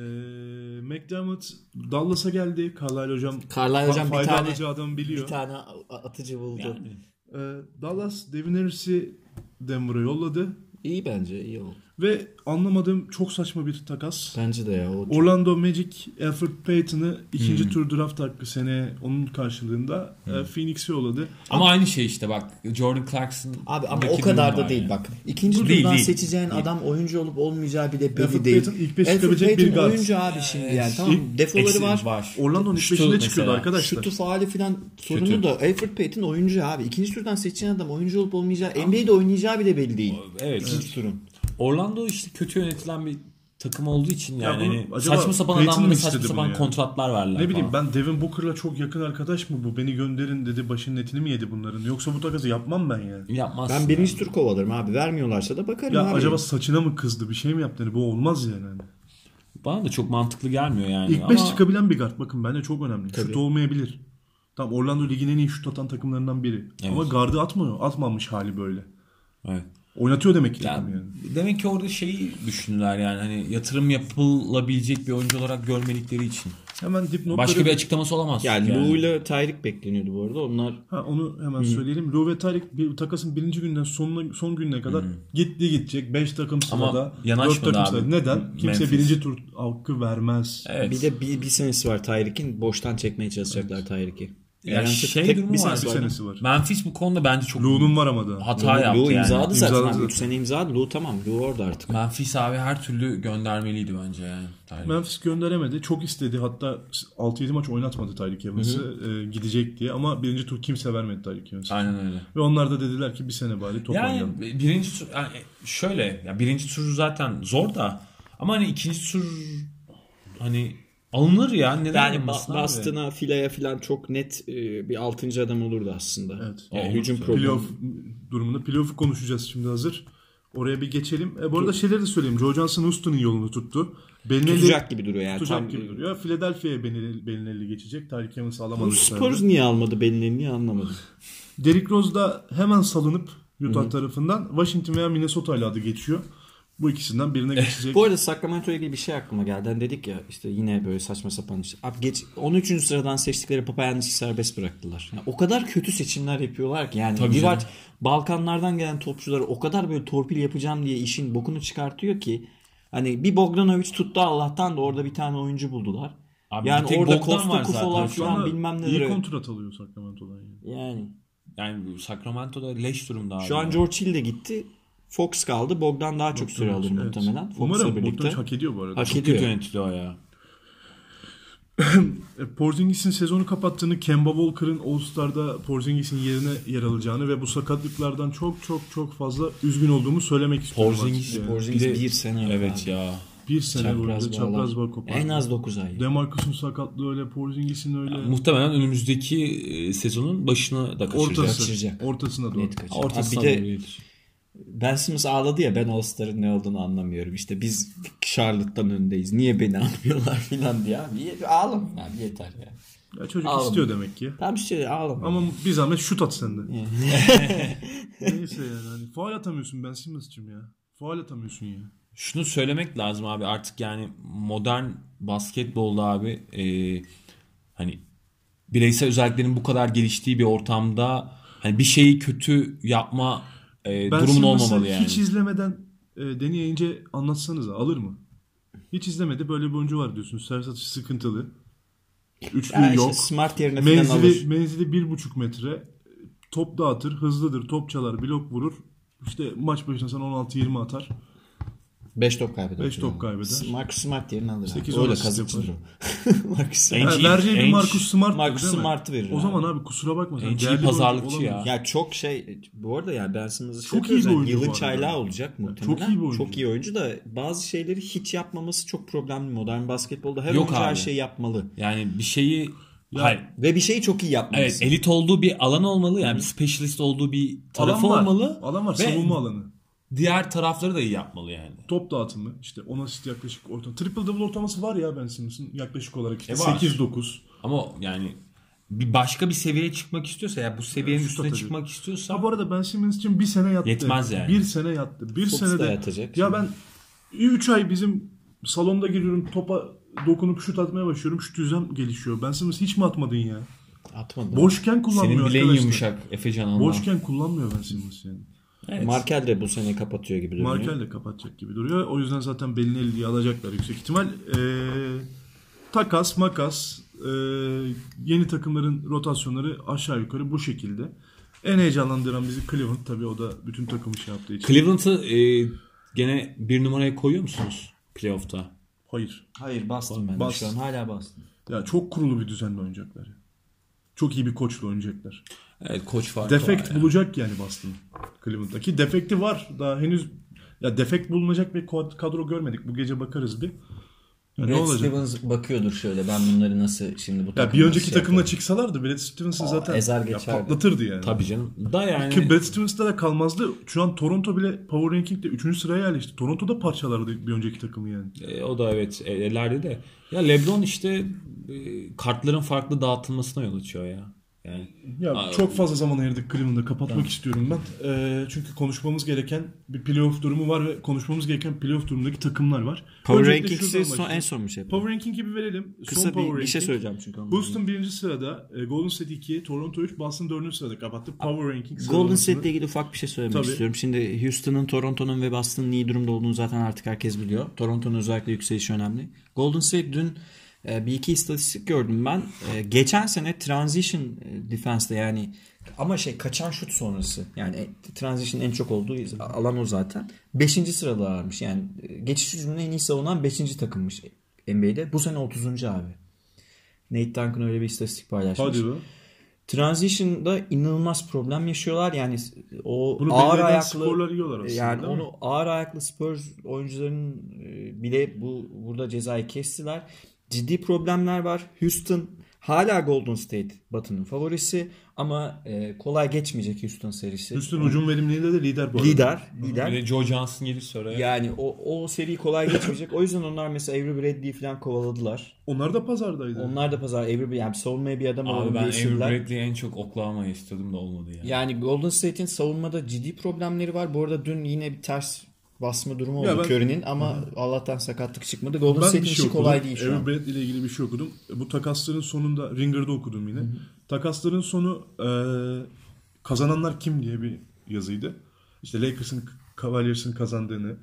A: McDermott Dallas'a geldi. Carlisle hocam
D: Carlisle hocam bir
A: fayda
D: tane-
A: alacağı adamı biliyor.
D: Bir tane a- atıcı buldu.
C: Yani.
A: E, Dallas Devin Harris'i Denver'a yolladı.
D: İyi bence iyi oldu.
A: Ve anlamadığım çok saçma bir takas.
D: Bence de ya. O
A: Orlando Magic Alfred Payton'ı ikinci
C: Hmm.
A: tur draft hakkı sene onun karşılığında e, Phoenix'e yolladı.
C: ama aynı şey işte bak Jordan Clarkson
D: Abi ama
C: daki
D: o kadar
C: durum var
D: da değil
C: yani.
D: bak. İkinci
C: Değil,
D: turdan
C: değil.
D: seçeceğin adam oyuncu olup olmayacağı bir de belli
A: Alfred
D: değil.
A: Payton ilk beş
D: Alfred
A: çıkabilecek bir
D: Payton
A: guard.
D: oyuncu abi şimdi yani tamam
A: ilk
D: defoları var.
C: Eksiği var.
A: Orlando'nun ilk
C: Şutu
A: beşinde çıkıyordu
C: mesela.
A: arkadaşlar.
D: Şutu faali filan sorunu
C: Kötü.
D: da Alfred Payton oyuncu abi. İkinci turdan seçeceğin adam oyuncu olup olmayacağı NBA'de oynayacağı bile belli değil.
C: Evet.
D: İkinci turun.
C: Orlando işte kötü yönetilen bir takım olduğu için
A: Ya
C: yani
A: bunu
C: hani
A: acaba
C: saçma sapan
A: Peyton mı
C: adamlara
A: istedi
C: saçma
A: bunu
C: sapan
A: yani?
C: kontratlar verdiler.
A: Ne bileyim
C: falan.
A: ben Devin Booker'la çok yakın arkadaş mı bu? Beni gönderin dedi başının etini mi yedi bunların? Yoksa bu takası yapmam ben yani.
C: yapmazsın.
D: Ben birinci tur kovalarım abi. Vermiyorlarsa da bakarım
A: Ya
D: abi.
A: acaba saçına mı kızdı bir şey mi yaptı? Hani bu olmaz yani. Hani.
C: Bana da çok mantıklı gelmiyor yani.
A: İlk
C: ama
A: 5 çıkabilen bir guard bakın bence çok önemli. Şut olmayabilir. Tamam Orlando ligin en iyi şut atan takımlarından biri. Ama gardı atmıyor. Atmamış hali böyle.
C: Evet.
A: Oynatıyor demek ki
C: Ya,
A: takım yani.
C: Demek ki orada şeyi düşündüler yani hani yatırım yapılabilecek bir oyuncu olarak görmedikleri için.
A: Hemen dipnotları...
C: Başka bir açıklaması olamaz.
D: yani, Lou ile Tyreek bekleniyordu bu arada. Onlar
A: Ha onu hemen söyleyelim. Lou ve Tarık bir, takasın birinci günden sonuna, son gününe kadar gitti gidecek. 5 takım sırada. dört
C: yanaşmadı
A: takım
C: abi.
A: sırada. Neden? Kimse
C: Memphis.
A: birinci tur hakkı vermez.
C: Evet.
D: Bir de bir, bir senesi var Tyreek'in. Boştan çekmeye çalışacaklar Tyreek'i.
C: Ya
D: Yani
C: şey
D: tek
C: durumu
D: bir
C: var,
D: senesi
A: Bir
D: var.
A: senesi var.
C: Memphis bu konuda bence çok
A: Lou'nun var ama da.
C: hata yaptı
D: Lou
C: yani.
D: imzaladı
A: İmzaladı
D: zaten.
A: zaten.
D: 3 sene imzaladı. Lou tamam. Lou orada artık.
C: Memphis abi her türlü göndermeliydi bence yani. Tarih.
A: Memphis gönderemedi. Çok istedi. Hatta 6-7 maç oynatmadı Tyreek Evans'ı e, gidecek diye. Ama birinci tur kimse vermedi Tyreek Evans'ı.
C: Aynen öyle.
A: Ve onlar da dediler ki bir sene bari top
C: Yani
A: oynayalım.
C: birinci tur yani e, şöyle ya birinci tur zaten zor da ama hani ikinci tur hani alınır ya neden
D: Yani
C: alınmasın
D: Ba-
C: abi?
D: Boston'a, filaya falan çok net e, bir 6. adam olurdu aslında.
A: Evet.
D: Yani
C: Olurdu
D: hücum
C: tabii.
D: problemi.
A: Playoff durumunda. Playoff'u konuşacağız şimdi hazır. Oraya bir geçelim. E, bu arada şeyleri de söyleyeyim. Joe Johnson Houston'ın yolunu tuttu. Belinelli-
D: Tutacak gibi duruyor yani.
A: tutacak
D: Tam-
A: gibi duruyor. Philadelphia'ya Belinelli, Belinelli geçecek. Tarık Evans'ı alamadı.
D: Bu Spurs niye almadı Belin'i niye anlamadım.
A: Derrick Rose da hemen salınıp Utah tarafından Washington veya Minnesota ile adı geçiyor. Bu ikisinden birine geçecek.
D: Eh, Bu arada Sacramento'ya ilgili bir şey aklıma geldi. Hani dedik ya işte yine böyle saçma sapan işte. Abi geç 13. sıradan seçtikleri Papayanis'i serbest bıraktılar. Yani o kadar kötü seçimler yapıyorlar ki yani
C: Tabii
D: Divac Balkanlardan gelen topçuları o kadar böyle torpil yapacağım diye işin bokunu çıkartıyor ki hani bir Bogdanovic tuttu Allah'tan da orada bir tane oyuncu buldular.
C: Abi bir
D: Yani
C: tek
D: orada
C: Bogdan var
D: Costa
C: zaten
D: Kufolar
C: şu
D: şu
C: an.
D: an bilmem
A: İyi
D: neler.
A: kontrat alıyor Sacramento'dan yani.
D: Yani.
C: Yani Sacramento'da leş durumda abi.
D: Şu an George Hill de gitti. Fox kaldı. Bogdan daha çok süre alır
A: Evet.
D: muhtemelen. Fox'la
A: Umarım
D: birlikte.
A: Bogdan hak ediyor bu arada.
D: Hak
C: çok
D: ediyor.
C: kötü yönetiliyor ya.
A: E, Porzingis'in sezonu kapattığını, Kemba Walker'ın All-Star'da Porzingis'in yerine yer alacağını ve bu sakatlıklardan çok çok çok fazla üzgün olduğumu söylemek istiyorum.
C: Porzingis-
A: artık. Yani
D: Porzingis
C: Bir de-
D: bir sene yok
C: Evet
D: abi.
C: ya.
A: bir sene boyunca
D: Çapraz
A: çapraz bağ
D: bağlar.
A: kopar.
D: En az 9 ay.
A: Demarcus'un sakatlığı öyle, Porzingis'in öyle.
C: Muhtemelen önümüzdeki e, sezonun başına da kaçıracak.
A: ortası.
D: kaçıracak.
A: Ortasına doğru.
D: Net kaçır.
C: Ortası
D: Aslan
C: bir de
D: olabilir. Ben Simmons ağladı ya ben All-Star'ın ne olduğunu anlamıyorum. İşte biz Charlotte'tan öndeyiz. Niye beni almıyorlar [LAUGHS] filan diye. Abi ye- ağlamayın abi yeter ya.
A: Ya çocuk
D: Ağlamıyor.
A: istiyor demek ki.
D: Tamam işte ağlama.
A: Ama bir zahmet şut at sen de. [LAUGHS] Neyse yani. Hani, faal atamıyorsun Ben Simmons'cım ya. Faal atamıyorsun ya.
C: şunu söylemek lazım abi artık yani modern basketbolda abi e, hani bireysel özelliklerin bu kadar geliştiği bir ortamda hani bir şeyi kötü yapma e,
A: Ben
C: durumun
A: Simmons'ı
C: olmamalı yani.
A: hiç izlemeden e, Danny Ainge'e anlatsanıza alır mı? Hiç izlemedi böyle bir oyuncu var diyorsunuz. Servis atışı sıkıntılı. Üçlü
D: Yani işte
A: yok.
D: şey smart yerine filan alır.
A: Menzili, menzili bir buçuk metre. Top dağıtır, hızlıdır, top çalar, blok vurur. İşte maç başına sana 16-20 atar.
D: 5 top kaybeder.
A: Beş top kaybeder.
D: Marcus Smart yerine alır.
A: Sekiz
D: Abi. Öyle
A: orası
D: kazıktır
A: yapar.
D: o. [LAUGHS] Marcus Smart.
C: En-
A: Yani
C: Ainge-
A: vereceği bir
C: Ainge-
A: Marcus Smart
D: Marcus
A: değil mi?
D: Smart'ı verir
A: O
D: abi.
A: zaman abi kusura bakma. sen.
C: Ainge iyi
A: Değerli bir oyuncu
C: pazarlıkçı ya.
A: olamaz.
D: Ya çok şey bu arada ya Ben Simmons'ı
A: Çok iyi
D: çok
A: bir
D: iyi
A: oyuncu bu
D: Yılın
A: arada.
D: çaylağı olacak muhtemelen.
A: çok iyi bir oyuncu.
D: Çok iyi oyuncu da bazı şeyleri hiç yapmaması çok problemli. Modern basketbolda her
C: Yok
D: oyuncu her
C: abi.
D: şeyi yapmalı.
C: Yani bir şeyi hayır.
D: Ve bir şeyi çok iyi yapmalı.
C: Evet, elit olduğu bir alan olmalı yani bir specialist olduğu bir taraf
A: Alan var.
C: olmalı.
A: Alan var.
C: Ve
A: Savunma alanı.
C: diğer tarafları da iyi yapmalı yani.
A: Top dağıtımı. işte 10 asist yaklaşık ortam. Triple double ortaması var ya Ben Simmons'ın yaklaşık olarak işte.
C: E var.
A: 8-9.
C: Ama yani bir başka bir seviyeye çıkmak istiyorsa ya bu seviyenin
A: Evet, şu
C: üstüne
A: tabii.
C: çıkmak
A: Ha
C: istiyorsa
A: bu arada Ben Simmons için bir sene yattı.
C: Yetmez yani.
A: Bir sene yattı. Bir
D: Fox
A: sene
D: da
A: de.
D: yatacak.
A: Ya ben 3 ay bizim salonda giriyorum topa dokunup şut atmaya başlıyorum. Şut düzlem gelişiyor. Ben Simmons hiç mi atmadın ya?
D: Atmadı.
A: Boşken
C: senin
A: kullanmıyor
C: bileğin
A: arkadaşlar.
C: yumuşak Efecan Anlam.
A: Boşken kullanmıyor Ben Simmons yani.
C: Evet.
D: Markel de bu sene kapatıyor gibi duruyor.
A: Markel de kapatacak gibi duruyor. O yüzden zaten belini elliye alacaklar yüksek ihtimal. Ee, takas makas ee, yeni takımların rotasyonları aşağı yukarı bu şekilde. En heyecanlandıran bizi Cleveland tabii o da bütün takımı şey yaptığı için.
C: Cleveland'ı e, gene bir numaraya koyuyor musunuz playoff'ta?
A: Hayır.
D: Hayır bastım ben. de
A: Bas.
D: Şu an hala bastım.
A: Ya çok kurulu bir düzenle oynayacaklar. ya. Çok iyi bir koçla oynayacaklar.
C: Evet koç farkı
A: Defekt
C: var. yani.
A: bulacak yani Boston Cleveland'daki. Defekti var. Daha henüz ya defekt bulunacak bir kod- kadro görmedik. Bu gece bakarız bir. Ya ne
D: Brad
A: olacak?
D: Stevens bakıyordur şöyle ben bunları nasıl şimdi bu
A: Ya
D: takımı
A: bir önceki
D: nasıl
A: takımla
D: yaparım?
A: çıksalardı Brad Stevens'ı zaten
D: şey ezer
A: ya
D: geçerdi.
A: patlatırdı yani.
C: Tabii canım. Da yani.
A: Ki Brad Stevens'da da kalmazdı. Şu an Toronto bile Power Ranking'de 3. sıraya yerleşti. Toronto'da parçalardı bir önceki takımı yani.
C: e, o da evet e, ellerde de. Ya LeBron işte e, kartların farklı dağıtılmasına yol açıyor ya. Yani
A: Ya
C: Aa,
A: çok fazla zaman ayırdık Cleveland'a. Kapatmak istiyorum ben. Ee, çünkü konuşmamız gereken bir playoff durumu var ve konuşmamız gereken playoff durumundaki takımlar var.
D: Power
A: Öncelikle
D: Rankings'i
A: şuradan
D: son,
A: başlayalım.
D: en son bir şey. yapalım.
A: Power Ranking gibi verelim. Son
D: Kısa
A: Power
D: bir, bir şey
A: Ranking.
D: söyleyeceğim çünkü. onunla ilgili.
A: Houston birinci sırada, e, Golden State 2, Toronto 3, Boston 4. sırada kapattı. Power Ranking
D: Golden
A: sıralamasını-
D: State'le ilgili ufak bir şey söylemek
A: Tabii.
D: istiyorum. Şimdi Houston'ın, Toronto'nun ve Boston'ın iyi durumda olduğunu zaten artık herkes biliyor. Toronto'nun özellikle yükselişi önemli. Golden State dün e, bir iki istatistik gördüm ben. E, Geçen sene transition e, defense'de yani ama şey kaçan şut sonrası yani e, transition en çok olduğu alan o zaten. Beşinci sıralarmış yani e, geçiş hücumunu en iyi savunan beşinci takımmış NBA'de. Bu sene 30. abi. Nate Duncan öyle bir istatistik paylaşmış.
A: Hadi be.
D: Transition'da inanılmaz problem yaşıyorlar. Yani o
A: Bunu
D: ağır
A: belli eden
D: ayaklı
A: sporlar yiyorlar aslında.
D: yani
A: değil mi?
D: onu ağır ayaklı Spurs oyuncuların e, bile bu burada cezayı kestiler. Ciddi problemler var. Houston hala Golden State Batı'nın favorisi ama e, kolay geçmeyecek Houston serisi.
A: Houston hücum verimliliğinde de lider bu arada.
D: lider,
C: bir
D: lider.
C: de Joe Johnson gelirse oraya.
D: Yani o o seri kolay geçmeyecek. O yüzden onlar mesela Avery Bradley'i falan kovaladılar.
A: Onlar da pazardaydı.
D: Onlar da pazar Avery yani savunmaya bir adam
C: Abi
D: alalım
C: ben
D: diye
C: Avery
D: istediler.
C: Bradley'i en çok Oklahoma'ya istedim de olmadı yani.
D: Yani Golden State'in savunmada ciddi problemleri var. Bu arada dün yine bir ters basma durumu
A: Ya
D: oldu
A: ben-
D: Curry'nin ama Allah'tan sakatlık çıkmadı. Golden State'in
A: şey
D: işi kolay değil şu
A: Avery
D: an.
A: Bradley ile ilgili bir şey okudum. Bu takasların sonunda Ringer'da okudum yine. Takasların sonu e, kazananlar kim diye bir yazıydı. İşte Lakers'ın Cavaliers'ın kazandığını,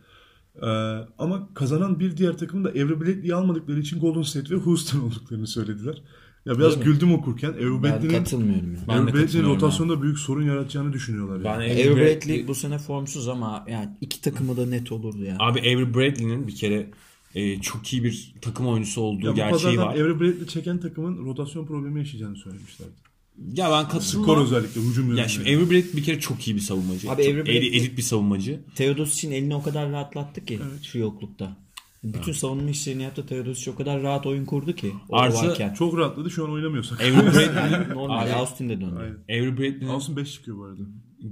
A: e, Ee, ama kazanan bir diğer takım da Evro Bradley'i almadıkları için Golden State ve Houston [LAUGHS] olduklarını söylediler. Ya biraz
B: mi?
A: güldüm okurken. Evro
B: Ben
A: Bradley'nin
B: katılmıyorum ya.
C: Ben de
A: Avery Bradley'nin
C: katılıyorum
A: rotasyonda büyük sorun yaratacağını düşünüyorlar.
C: Ben
A: yani.
C: Avery
B: Avery
C: Bradley-
B: Bradley bu sene formsuz ama yani iki takımı da net olurdu ya.
C: Abi Avery Bradley'nin bir kere e, çok iyi bir takım oyuncusu olduğu
A: Ya bu
C: gerçeği
A: pazardan
C: var.
A: Avery Bradley çeken takımın rotasyon problemi yaşayacağını söylemişlerdi.
C: Ya ben katılmam.
A: Skor özellikle hücum yönünde.
C: Ya şimdi Avery Bradley bir kere çok iyi bir savunmacı.
B: Abi
C: Çok
B: Avery Bradley-
C: eli- elit bir savunmacı.
B: Teodos için elini o kadar rahatlattı ki şu yoklukta. Bütün savunma işlerini yaptı Teodos o kadar rahat oyun kurdu ki. O
C: Artı-
B: varken.
A: Çok rahatladı şu an oynamıyorsak.
C: Avery
A: [LAUGHS]
C: Bradley-
B: Normal
C: Abi-
B: Austin'de döndü.
A: Aynen.
C: Avery Bradley'nin
A: Olsun 5 çıkıyor bu arada.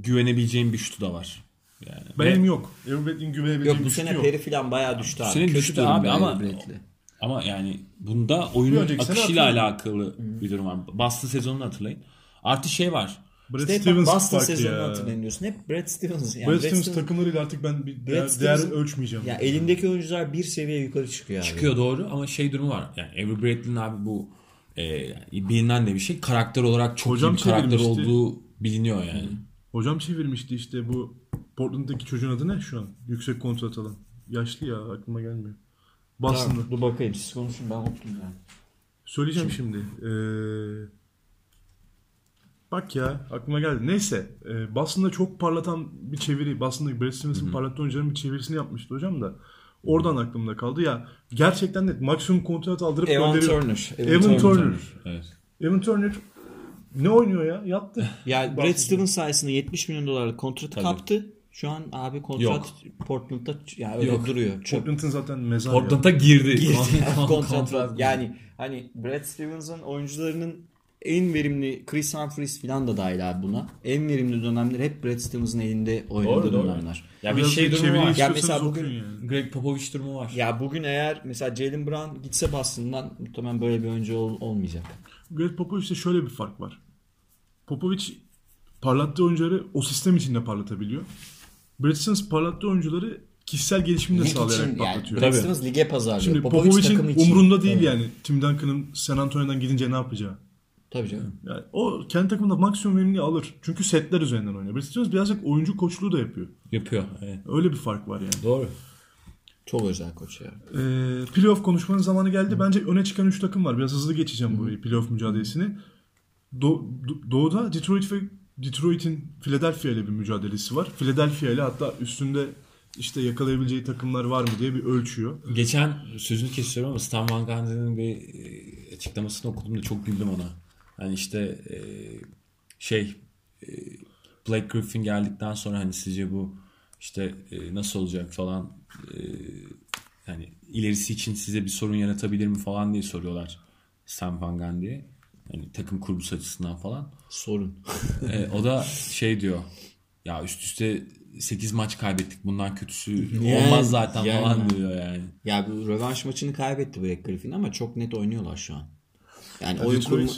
C: güvenebileceğim bir şutu da var. Yani.
A: Benim yok. Avery Bradley'in
B: Yok
A: güvenebileceği
B: bu
A: bir şey
B: sene
A: yok.
B: peri falan bayağı düştü abi.
C: sene
B: Kötü
C: düştü
B: durumda Hani
C: abi ama-
B: Avery Bradley.
C: Ama yani bunda
A: Bir
C: oyunun
A: önceki sene
C: akışıyla
A: hatırlıyorum.
C: alakalı bir durum var. Boston sezonunu hatırlayın. Artı şey var.
A: Brad
B: İşte hep
A: Stevens
B: Boston
A: farkı
B: sezonunu
A: ya.
B: hatırlayın diyorsun. Hep Brad Stevens. Yani
A: Brad Stevens takımlarıyla artık ben bir değer, değer
B: Stevens'ın-
A: ölçmeyeceğim.
B: Ya elindeki oyuncular bir seviye yukarı çıkıyor abi.
C: Çıkıyor doğru ama şey durumu var. Yani Avery Bradley'nin abi bu e, yani bilinen de bir şey. Karakter olarak çok
A: Hocam
C: iyi bir karakter
A: çevirmişti.
C: olduğu biliniyor yani.
A: Hocam çevirmişti işte bu Portland'daki çocuğun adı ne şu an? Yüksek kontrat alan. Yaşlı ya aklıma gelmiyor. Boston'da.
B: Tamam, dur bakayım siz konuşun ben unuttum yani.
A: Söyleyeceğim şimdi. Ee, bak ya aklıma geldi. Neyse. Ee, Boston'da çok parlatan bir çeviri. Boston'daki Brad Stevens'ın parlatan oyuncuların bir çevirisini yapmıştı hocam da. Oradan aklımda kaldı. Ya gerçekten net. Maksimum kontrat aldırıp
B: Evan
A: gönderiyor.
B: Turner.
A: Evan Turner. [LAUGHS]
C: Evet.
A: Evan Turner ne oynuyor ya? Yattı.
B: Yani Brad Stevens sayesinde 70 milyon dolarlık kontratı
C: Tabii.
B: kaptı. Şu an abi kontrat
C: Yok.
B: Portland'da ç- yani öyle
C: Yok.
B: duruyor. Çöp.
A: Portland'ın zaten mezar ya.
C: Portland'a girdi. [LAUGHS]
B: kontrat var. Yani hani Brad Stevens'ın oyuncularının en verimli Chris Humphries falan da dahil abi buna. En verimli dönemler hep Brad Stevens'ın elinde oynadığı
C: Doğru, doğru.
B: dönemler.
C: Ya bir
A: Biraz
C: şey
A: da
C: durumu
A: çeviri
C: var.
A: istiyorsanız
B: mesela
A: okuyun
B: bugün-
A: yani.
C: Greg Popovich durumu var.
B: Ya bugün eğer mesela Jalen Brown gitse Boston'dan muhtemelen böyle bir oyuncu ol- olmayacak.
A: Greg Popovich'te şöyle bir fark var. Popovich parlattığı oyuncuları o sistem içinde parlatabiliyor. Brad Stevens parlattığı oyuncuları kişisel gelişimini de
B: Lig
A: sağlayarak
B: için yani
A: patlatıyor.
B: Brad
C: Tabii.
B: Stevens lige pazarlıyor.
A: Şimdi
B: Popovich takım
A: Popovich'in
B: için.
A: umrunda değil yani Tim Duncan'ın San Antonio'dan gidince ne yapacağı.
B: Tabii canım.
A: Yani o kendi takımında maksimum verimliği alır. Çünkü setler üzerinden oynuyor. Brad Stevens birazcık oyuncu koçluğu da yapıyor.
C: Yapıyor. Evet.
A: Öyle bir fark var yani.
C: Doğru.
B: Çok özel koç ya.
A: Ee, playoff konuşmanın zamanı geldi. Bence öne çıkan 3 takım var. Biraz hızlı geçeceğim burayı playoff mücadelesini. Do- Do- Doğu'da Detroit ve Detroit'in Philadelphia ile bir mücadelesi var. Philadelphia ile hatta üstünde işte yakalayabileceği takımlar var mı diye bir ölçüyor.
C: Geçen sözünü kesiyorum ama Stan Van Gundy'nin bir e, açıklamasını okudum da çok güldüm ona. Hani işte e, şey e, Blake Griffin geldikten sonra hani sizce bu işte e, nasıl olacak falan e, yani ilerisi için size bir sorun yaratabilir mi falan diye soruyorlar Stan Van Gundy'ye. Yani takım kurgusu açısından falan.
B: Sorun.
C: [LAUGHS] E, o da şey diyor. Ya üst üste 8 maç kaybettik. Bundan kötüsü
B: Yani,
C: olmaz zaten
B: yani.
C: falan diyor yani.
B: Ya bu rövanş maçını kaybetti Black Griffin ama çok net oynuyorlar şu an. Yani
A: Ya
B: oyun
A: Detroit-
B: kurma,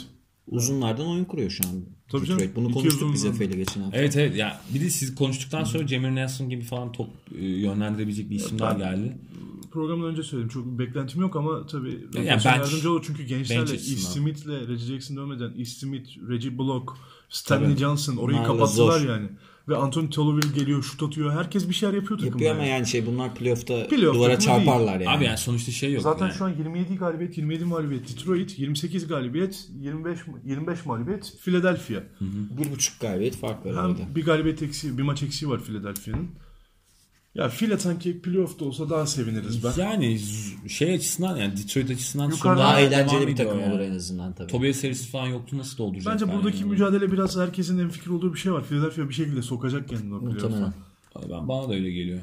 B: uzunlardan oyun kuruyor şu an.
A: Tabii
B: Detroit.
A: canım,
B: Bunu
A: iki
B: konuştuk biz
A: uzunlardan.
B: Efe'yle geçen hafta.
C: Evet evet ya bir de siz konuştuktan sonra Cemil Nelson gibi falan top e, yönlendirebilecek bir isim daha geldi.
A: Programdan önce söyledim. Çok bir beklentim yok ama tabii rotasyon
C: bench-
A: yardımcı olur. Çünkü gençlerle
C: bench
A: East
C: açısından.
A: Smith'le Reggie Jackson dönmeden East Smith, Reggie Block, Stanley Johnson orayı
B: Bunlarla
A: kapattılar
B: zor.
A: yani. Ve Anthony Tolliver geliyor, şut atıyor. Herkes bir şeyler yapıyor takımda.
B: Yapıyor ama
A: yani.
B: yani şey bunlar playoff'ta
A: Playoff
B: duvara
A: takımı değil.
B: çarparlar yani.
C: Abi yani sonuçta şey yok.
A: Zaten
C: yani.
A: şu an 27 galibiyet, 27 mağlubiyet Detroit, 28 galibiyet, 25 ma- 25 mağlubiyet Philadelphia.
B: Bir buçuk galibiyet fark var
A: Hem
B: arada.
A: bir galibiyet eksiği, bir maç eksiği var Philadelphia'nın. Ya Phila sanki playoff'ta olsa daha seviniriz ben.
C: yani z- şey açısından yani Detroit açısından
A: Yukarı-
C: sonra
B: Daha
A: Daha
B: eğlenceli bir takım olur
C: Yani.
B: en azından tabii.
C: Tobias serisi falan yoktu nasıl dolduracak?
A: Bence
C: yani?
A: buradaki mücadele biraz herkesin en fikir olduğu bir şey var. Philadelphia bir şekilde sokacak kendini o playoff'a.
B: Muhtemelen.
C: Ben, bana da öyle geliyor.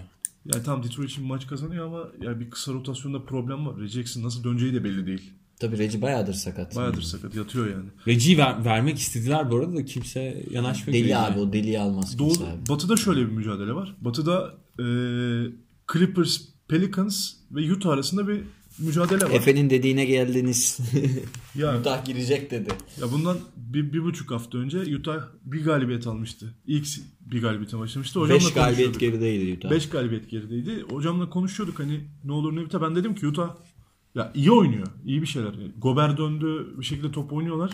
A: Yani tam Detroit için maç kazanıyor ama yani bir kısa rotasyonda problem var. Reggie Jackson nasıl döneceği de belli değil.
B: Tabii Reggie bayağıdır sakat.
A: Bayağıdır sakat yatıyor yani.
C: Reggie'yi ver- vermek istediler bu arada da kimse yanaşmıyor. ki
A: şey
B: Deli
C: Reggie'ye.
B: abi o deliyi almaz
A: Doğu,
B: kimse abi.
A: batı'da şöyle bir mücadele var. Batı'da eee, Clippers, Pelicans ve Utah arasında bir mücadele var.
B: Efe'nin dediğine geldiniz. [LAUGHS]
A: ya,
B: Utah girecek dedi.
A: ya bundan bir, bir buçuk hafta önce Utah bir galibiyet almıştı. İlk bir galibiyete başlamıştı. Hocamla
B: 5 galibiyet
A: konuşuyorduk.
B: gerideydi Utah.
A: 5 galibiyet gerideydi. Hocamla konuşuyorduk hani ne olur ne biter. Ben dedim ki Utah ya iyi oynuyor. iyi bir şeyler. Gober döndü. Bir şekilde top oynuyorlar.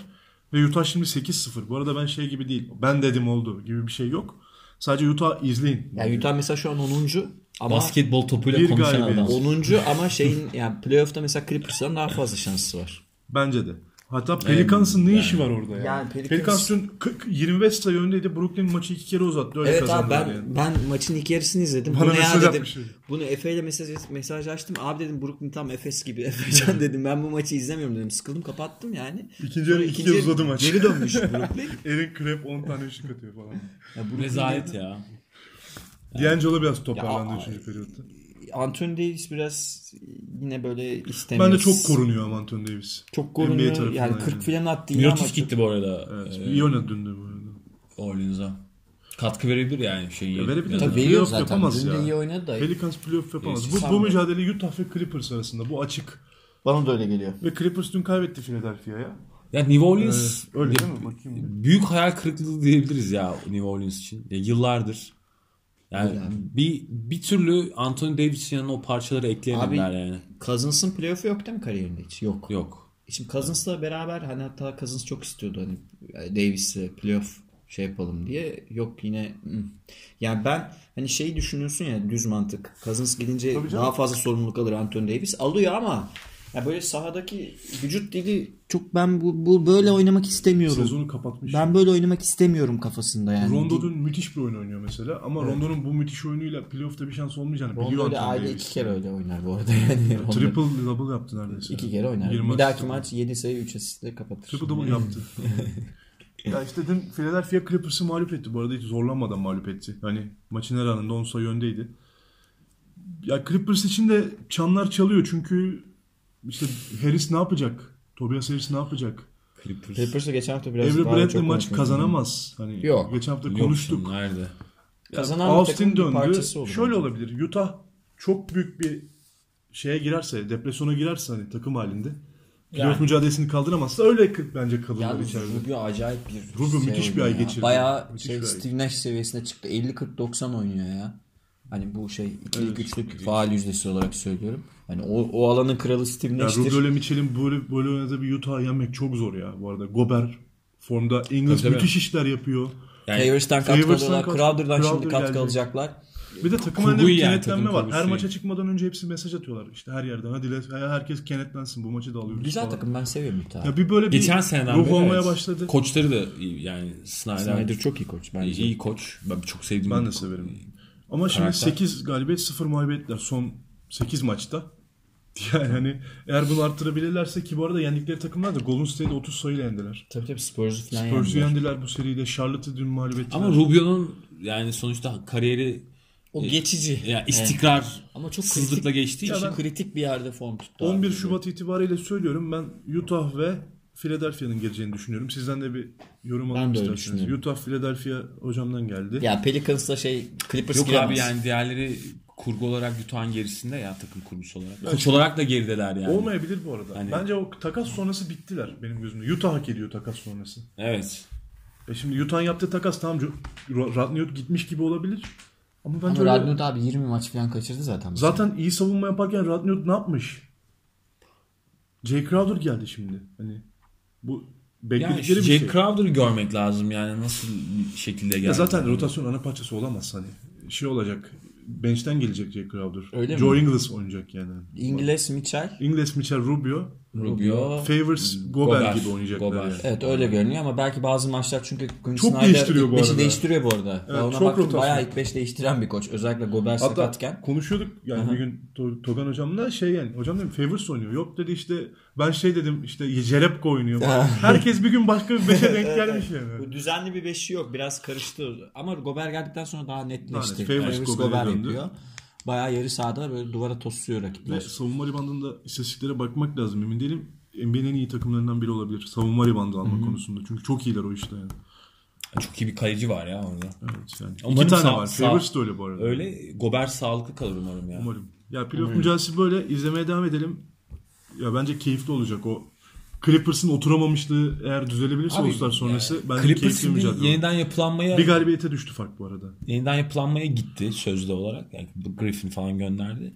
A: Ve Utah şimdi 8-0. Bu arada ben şey gibi değil. Ben dedim oldu gibi bir şey yok. Sadece Utah izleyin.
B: Yani Utah mesela şu an 10. ama
C: Basketbol topuyla
A: Bir
C: konuşan
A: galibiyet.
C: adam.
B: 10. ama şeyin [LAUGHS] yani playoff'ta mesela Clippers'ların daha fazla şansı var.
A: Bence de. Hatta Pelicans'ın ne işi var orada ya?
B: Yani
A: Yani
B: Pelicans-
A: Pelicans... dün 40 25 sayı öndeydi. Brooklyn maçı iki kere uzattı. Öyle
B: Evet abi
A: kazandı.
B: ben
A: yani.
B: ben maçın ilk yarısını izledim.
A: Bana
B: Bunu ya
A: mesaj
B: dedim.
A: atmış öyle.
B: Bunu Efe ile mesaj mesaj açtım. Abi dedim Brooklyn tam Efes gibi. [LAUGHS] Efecan dedim. Ben bu maçı izlemiyorum dedim. Sıkıldım kapattım yani.
A: İkinci yarı
B: Sonra
A: ikiye
B: yarı
A: uzadı maç.
B: Geri
A: [LAUGHS]
B: dönmüş Brooklyn.
A: Erin Krep 10 tane ışık atıyor falan.
C: Rezalet ya.
A: D'Angelo biraz toparlandı
B: Ya,
A: 3. periyotta.
B: Anthony Davis biraz yine böyle istemiyor.
A: Bence çok korunuyor ama Anthony Davis.
B: Çok
A: NBA
B: korunuyor.
A: tarafından
B: Yani 40
A: yani.
B: falan attı yine ama
C: Mirotic
B: çok-
C: gitti bu arada.
A: Evet,
B: Ee,
C: e,
A: iyi oynadı dün de bu arada.
C: Orleans'a. Katkı verebilir yani şeyin. yerine.
A: verebilir.
C: Tabii.
A: Tabii.
E: Tabii veriyor
A: Playoff
E: zaten.
A: yapamaz
E: Dün de
A: ya.
E: iyi oynadı da.
A: Pelicans playoff yapamaz. Bu, bu
B: sanmıyorum.
A: mücadele Utah ve Clippers arasında. Bu açık.
B: Bana da öyle geliyor.
A: Ve Clippers dün kaybetti Philadelphia'ya.
C: Ya New
A: Ee,
C: Orleans
A: öyle değil mi? Bakayım. bir.
C: büyük hayal kırıklığı diyebiliriz ya New Orleans için. Ya yıllardır. Yani bir bir türlü Anthony Davis'in yanına o parçaları ekleyemediler
B: Abi-
C: yani.
B: Cousins'ın playoff'u yok değil mi kariyerinde hiç? Yok.
C: Yok.
B: E Şimdi Cousins'la beraber hani hatta Cousins çok istiyordu hani Davis'le playoff şey yapalım diye. Yok yine mm. yani ben hani şeyi düşünüyorsun ya düz mantık. Cousins gidince
A: Tabii canım.
B: daha fazla sorumluluk alır Anthony Davis. Alıyor ama ya böyle sahadaki vücut dili çok ben bu, bu böyle oynamak istemiyorum.
A: Sezonu kapatmış.
B: Ben böyle oynamak istemiyorum kafasında yani.
A: Rondo dün müthiş bir oyun oynuyor mesela ama Rondo'nun bu müthiş oyunuyla playoff'ta bir şans olmayacağını
B: Rondo
A: biliyor
B: ile
A: Anthony
B: ayda
A: Davis.
B: iki kere öyle oynar bu arada [LAUGHS] yani. Rondo
A: Triple double yaptı neredeyse.
B: iki kere oynar.
A: 20
B: Bir dahaki
A: asist.
B: maç 7 sayı 3 asistle kapatır. Hmm.
A: Triple double
B: [LAUGHS]
A: yaptı. ya işte dün Philadelphia Clippers'ı mağlup etti. Bu arada hiç zorlanmadan mağlup etti. Hani maçın her anında 10 sayı öndeydi. Ya Clippers için de çanlar çalıyor çünkü işte Harris ne yapacak? Tobias Harris ne yapacak?
C: Clippers.
B: Clippers'la geçen hafta biraz
A: Avery
B: daha
A: Bradley
B: çok
A: maç
B: konuşmuştuk.
A: kazanamaz. Hani
B: Yok.
A: geçen hafta
C: Yok,
A: konuştuk.
C: Nerede?
B: Kazanan bir
A: Austin
B: takımın bir
A: döndü.
B: parçası olur.
A: Şöyle olabilir. Utah çok büyük bir şeye girerse, depresyona girerse hani takım halinde. Playoff
C: Yani.
A: mücadelesini kaldıramazsa öyle kırk bence kalırlar
B: Yalnız
A: içeride.
B: Rubio acayip bir
A: Rubio müthiş bir
B: oynuyor
A: ay
B: ya.
A: geçirdi.
B: Bayağı
A: Müthiş
B: şey,
A: bir ay.
B: Steve Nash seviyesine çıktı. 50-40-90 oynuyor ya. Hani bu şey ikili güçlük faal yüzdesi olarak söylüyorum. Hani o, o alanın kralı Steve
A: Ya
B: Nash'tir.
A: Rubio ile Mitchell'in böyle, böyle oynadığı bir Utah'ı yenmek çok zor ya bu arada. Gober formda Ingles
C: Tabii, tabii.
A: müthiş işler yapıyor.
C: Yani
B: Favors'tan katkı
A: Favors'tan
B: alıyorlar.
A: katkı-
B: Crowder'dan şimdi
A: Crowder
B: katkı
A: gelecek.
B: alacaklar.
A: Bir de takım
C: Kurguyu
A: halinde bir
C: yani
A: kenetlenme
C: takım
A: var.
C: kurgusu
A: Her
C: yani.
A: maça çıkmadan önce hepsi mesaj atıyorlar. İşte her yerden. Hadi let- herkes kenetlensin bu maçı da alıyoruz.
B: Güzel
A: falan.
B: takım ben seviyorum Utah'ı.
A: Ya bir böyle bir
C: geçen seneden
A: ruh
C: beri
A: olmaya
C: evet.
A: başladı.
C: Koçları da iyi yani Snyder,
B: Snyder çok iyi koç
C: iyi,
B: bence.
C: iyi koç. Ben çok sevdiğim
A: Ben
C: bir
A: de
C: koç.
A: severim. Ama şimdi
C: Karakter.
A: 8 galibiyet 0 mağlubiyetler son 8 maçta. [LAUGHS] Yani hani eğer bunu arttırabilirlerse ki bu arada yendikleri takımlar da Golden State'i 30 sayıyla yendiler.
B: Tabii tabii Spurs'u falan
A: Spurs'u
B: yendiler.
A: yendiler bu seride. Charlotte'ı dün mağlup ettiler.
C: Ama Rubio'nun yani sonuçta kariyeri
B: O geçici.
C: yani istikrar
B: [LAUGHS] Ama çok
C: sızlıkla
B: kritik,
C: geçtiği için
B: çok kritik bir yerde form tuttu.
A: 11
B: abi.
A: Şubat itibariyle söylüyorum ben Utah ve Philadelphia'nın geleceğini düşünüyorum. Sizden de bir yorum
B: de
A: alalım
B: öyle
A: isterseniz.
B: düşünüyorum.
A: Utah, Philadelphia hocamdan geldi.
B: Ya Pelicans'la şey Clippers
C: Yok
B: giremez.
C: abi yani diğerleri kurgu olarak Utah'ın gerisinde ya takım kurgusu olarak. Koç olarak da gerideler yani.
A: Olmayabilir bu arada.
C: Hani-
A: Bence o takas sonrası bittiler benim gözümde. Utah hak ediyor takas sonrası.
C: Evet.
A: E şimdi Utah'ın yaptığı takas tamam Ro- Ro- Radniot gitmiş gibi olabilir. Ama bence
B: Ama
A: öyle-
B: Radnut abi 20 maç falan kaçırdı zaten.
A: zaten iyi savunma yaparken Radniot ne yapmış? Jay Crowder geldi şimdi. Hani bu
C: Yani
A: bekledikleri bir
C: Jay
A: şey.
C: Crowder'ı görmek lazım yani nasıl bir şekilde geldi.
A: Ya zaten rotasyon ana parçası olamaz hani. Şey olacak. Bench'ten gelecek Jay Crowder.
B: Öyle mi?
A: Joe Ingles oynayacak yani.
B: İngiliz Mitchell.
A: Ingles, Mitchell, Rubio,
C: Rubio
A: Favors, Gobert,
C: Gobert.
A: gibi oynayacaklar.
C: Gobert.
A: Yani.
B: Evet öyle görünüyor ama belki bazı maçlar çünkü Quinn
A: Çok
B: Snyder
A: değiştiriyor bu
B: ilk beşi
A: arada.
B: değiştiriyor bu arada. Ben
A: Evet,
B: ona
A: çok
B: baktım
A: rotasyon.
B: bayağı ilk 5 değiştiren bir koç. Özellikle Gobert
A: Hatta
B: sakatken.
A: konuşuyorduk yani bir gün To- Togan hocamla şey yani hocam dedim Favors oynuyor. Yok dedi işte ben şey dedim işte Jerebko oynuyor.
C: [LAUGHS]
A: falan. Herkes bir gün başka bir beşe denk gelmiş yani.
B: Bu düzenli bir beşi yok. Biraz karıştı. Ama Gobert geldikten sonra daha netleşti.
A: Yani Favors
B: Favors
A: Gobert'e
B: Gobert
A: döndü.
B: yapıyor. Bayağı yarı sahada böyle duvara tosluyor
A: Ve
B: rakipler.
A: savunma ribandında istatistiklere bakmak lazım emin değilim. NBA'nin en iyi takımlarından biri olabilir. Savunma ribandı alma konusunda. Çünkü çok iyiler o işte yani.
C: çok iyi bir kaleci var ya orada.
A: Evet, yani.
C: Umarım
A: İki tane
C: sağ-
A: var.
C: sağ-
A: Favors da öyle bu arada.
C: Öyle Gobert sağlıklı kalır umarım ya.
A: Umarım. Ya playoff mücadelesi böyle. izlemeye devam edelim. Ya bence keyifli olacak o. Clippers'ın oturamamışlığı eğer düzelebilirse
C: Abi,
A: All-Star sonrası bence keyifli bir
C: Clippers'ın
A: mücadele.
C: bir
A: olur.
C: yeniden yapılanmaya
A: Bir galibiyete düştü fark bu arada.
C: yeniden yapılanmaya gitti sözlü olarak. Yani bu Griffin falan gönderdi.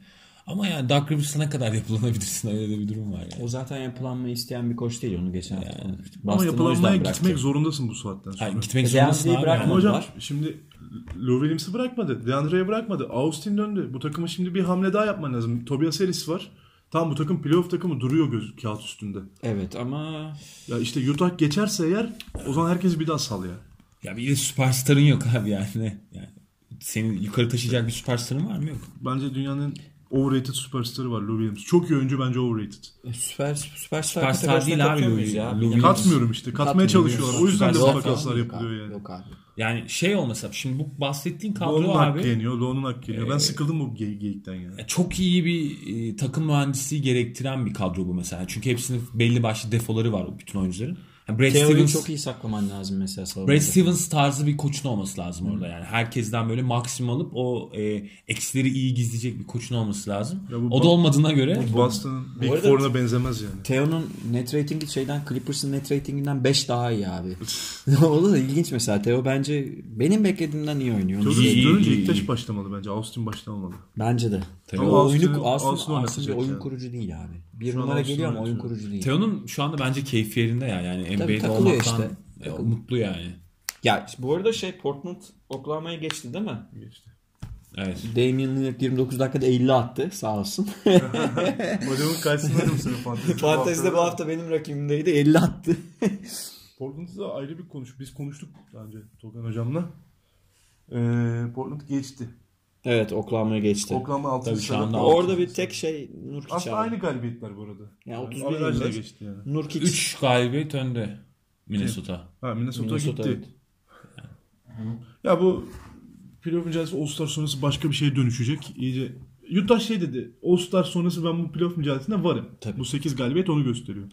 C: Ama yani Doug Rivers'a ne kadar yapılanabilirsin öyle de bir durum var yani.
B: O zaten yapılanmayı isteyen bir koç değil onu geçen hafta konuştuk.
A: Ama
B: Boston o yüzden
A: yapılanmaya
B: bıraktı.
A: gitmek zorundasın bu saatten sonra.
C: Yani gitmek
B: Zeyhan
C: zorundasın
B: diye
C: abi.
B: bırakma.
A: Ama hocam
B: var.
A: şimdi Lou Williams'ı bırakmadı. DeAndre'yi bırakmadı. Austin döndü. Bu takıma şimdi bir hamle daha yapman lazım. Tobias Harris var. Tam bu takım playoff takımı duruyor göz, kağıt üstünde.
D: Evet ama
A: Ya işte Utah geçerse eğer o zaman herkes bir daha sal ya.
C: Ya bir de süperstarın yok abi yani. Ne? yani. Senin yukarı taşıyacak bir süperstarın var mı yok?
A: Bence dünyanın overrated süperstarı var Lou Williams. Çok iyi oyuncu bence overrated.
D: e, süper süper
C: Süperstar değil abi Lou- Lou Williams.
A: Katmıyorum işte. Katmaya
D: Katmıyor.
A: çalışıyorlar. O yüzden de bu
D: Süperstar
A: takaslar
D: falan yok
A: yapılıyor
D: abi,
A: yani.
D: Yok abi.
C: Yani şey olmasa şimdi bu bahsettiğin kadro
A: Lo'nun hakkı
C: abi
A: yeniyor. Lo'nun hakkı yeniyor. Ben sıkıldım bu ge- geyikten ya.
C: çok iyi bir e, takım mühendisliği gerektiren bir kadro bu mesela. Çünkü hepsinin belli başlı defoları var o bütün oyuncuların. Yani Brad
D: Teo'yu
C: Stevens,
D: çok iyi saklaman lazım mesela savunmada.
C: Brad Stevens tarzı bir koçun olması lazım orada yani. Herkesten böyle maksimum alıp o e, eksileri iyi gizleyecek bir koçun olması lazım.
A: Ya bu
C: o da
A: ba-
C: olmadığına göre
A: Boston'ın Big
D: arada-
A: Four'una benzemez yani.
D: Theo'nun net ratingi şeyden Clippers'ın net ratinginden 5 daha
A: [LAUGHS]
D: iyi abi. o da ilginç mesela. Theo bence benim beklediğimden iyi oynuyor. Onu
A: Dönünce,
C: iyi,
D: söyleyeyim.
A: dönünce
C: iyi,
A: ilk taş
C: iyi.
A: başlamalı bence. Austin başlamamalı.
D: Bence de.
C: Tabii.
D: Ama
A: Ama
D: oyunu,
A: Austin'in-
D: Austin,
A: Austin
D: Austin bir
A: oynatacak
D: oyun
A: yani.
D: kurucu değil abi. Bir
A: Şu an
D: numara
A: Austin
D: geliyor ama oyun
A: oynatıyor.
D: kurucu değil.
C: Theo'nun şu anda bence keyfi yerinde yani. Yani NBA'de
D: takılıyor
C: olmaktan
D: işte.
C: e, mutlu yani.
D: Ya bu arada şey Portland Oklahoma'ya geçti değil mi?
A: [LAUGHS]
C: Evet.
D: Damian Lillard 29 dakikada 50 attı sağ olsun.
A: Hocamın karşısında mı
C: [LAUGHS]
A: senin fantezi?
D: [LAUGHS] Fantezide bu hafta benim rakibimdeydi 50 attı.
A: Portland'ı da ayrı bir konuş. Biz konuştuk daha önce Tolgan hocamla. Ee, Portland geçti.
D: evet Oklahoma'ya geçti.
A: Oklahoma 6.
C: Tabii şu anda altı.
D: Orada bir tek şey Nurkic
A: Aslında
D: abi.
A: aynı galibiyetler bu arada.
D: Yani 31
A: Averajla
D: 25.
A: geçti yani.
D: Nurkic
C: 3 galibiyet önde Minnesota.
A: Ha Minnesota,
D: Minnesota,
A: gitti.
D: evet.
A: Ya bu playoff mücadelesi All Star sonrası başka bir şeye dönüşecek. İyice Utah şey dedi. All Star sonrası ben bu playoff mücadelesinde varım.
D: Tabii.
A: Bu 8 galibiyet onu gösteriyor.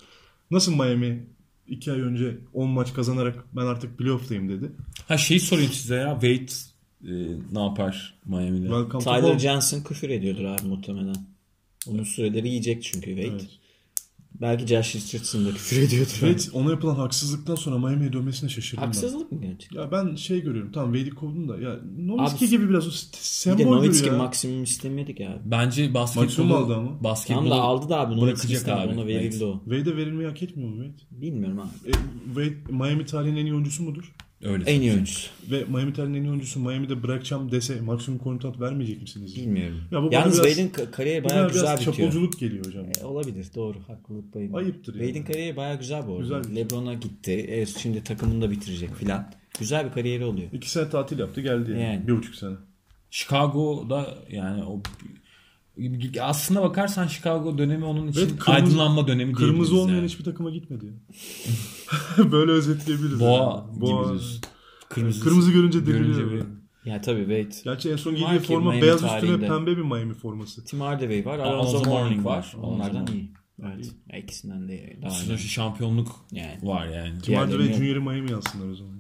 A: Nasıl Miami 2 ay önce 10 maç kazanarak ben artık playoff'tayım dedi.
C: Ha şeyi sorayım size ya. Wade e, ne yapar Miami'de?
A: Welcome to
D: Tyler
A: home.
D: Johnson küfür ediyordur abi muhtemelen. Onun süreleri yiyecek çünkü Wade.
A: Evet.
D: Belki Josh Richardson da küfür [LAUGHS] ediyordur.
A: Wade ona yapılan haksızlıktan sonra Miami'ye dönmesine şaşırdım
D: Haksızlık mı gerçekten?
A: ben. Ya ben şey görüyorum. Tamam Wade'i kovdun da ya
D: Abi-
A: Nowitzki gibi biraz o st-
D: Bir de
A: semboldür
D: Nowitzki
A: ya.
D: maksimum istemedik abi.
C: Bence
A: Maksimum
C: basketbolu
A: aldı ama.
D: Tamam da
C: basketbolu
D: aldı da abi. Nowitzki
C: bırakacak
D: istemedi.
C: abi.
D: Ona verildi
C: Evet.
D: o.
A: Wade'e verilmeyi hak etmiyor mu Wade?
D: Bilmiyorum abi.
A: E, Wade Miami tarihinin en iyi oyuncusu mudur?
C: öyle.
D: En iyi oyuncusu.
A: Ve Miami tarihinin en iyi oyuncusu Miami'de bırakacağım dese maksimum kontrat vermeyecek misiniz?
D: Bilmiyorum.
A: Ya bu bana
D: Yalnız
A: biraz-
D: Wade'in ka- kariyeri
A: Bu
D: bayağı
A: biraz
D: güzel bitiyor.
A: çapulculuk geliyor hocam.
D: E, Olabilir doğru haklılık payı.
A: Ayıptır yani.
D: Wade'in kariyeri bayağı güzel bu arada.
A: Güzel bitiyor.
D: Lebron'a gitti. Evet, şimdi takımında bitirecek filan. Güzel bir kariyeri oluyor.
A: İki sene tatil yaptı geldi yani.
D: Yani.
A: Bir buçuk sene.
C: Chicago'da yani o aslında bakarsan Chicago dönemi onun için
A: Evet, kırmızı-
C: aydınlanma dönemi
A: Kırmızı
C: diyebiliriz
A: olmayan
C: yani.
A: hiçbir takıma gitmedi ya. [LAUGHS] Böyle özetleyebiliriz.
C: Boğa
A: yani.
C: gibi diyorsun.
A: Kırmızı, kırmızı görünce deliriyor.
C: görünce bir-
A: yani.
D: Ya tabii Wade.
A: Gerçi en son
D: Kim var
A: giydiği
D: ki
A: forma
D: Miami
A: beyaz
D: tarihinde?
A: üstüne pembe bir Miami forması.
D: Tim Hardaway var.
C: Alonzo
D: Alonzo
C: Mourning
D: Mourning
C: var.
D: var.
C: Alonzo
D: Onlardan
C: Mourning.
D: iyi. Evet. Ya ikisinden de daha
C: Aslında
D: iyi.
C: şu şampiyonluk
D: Yani.
C: var yani.
A: Tim Hardaway
D: Diğerlerini-
A: Junior'ı Miami yazsınlar o zaman.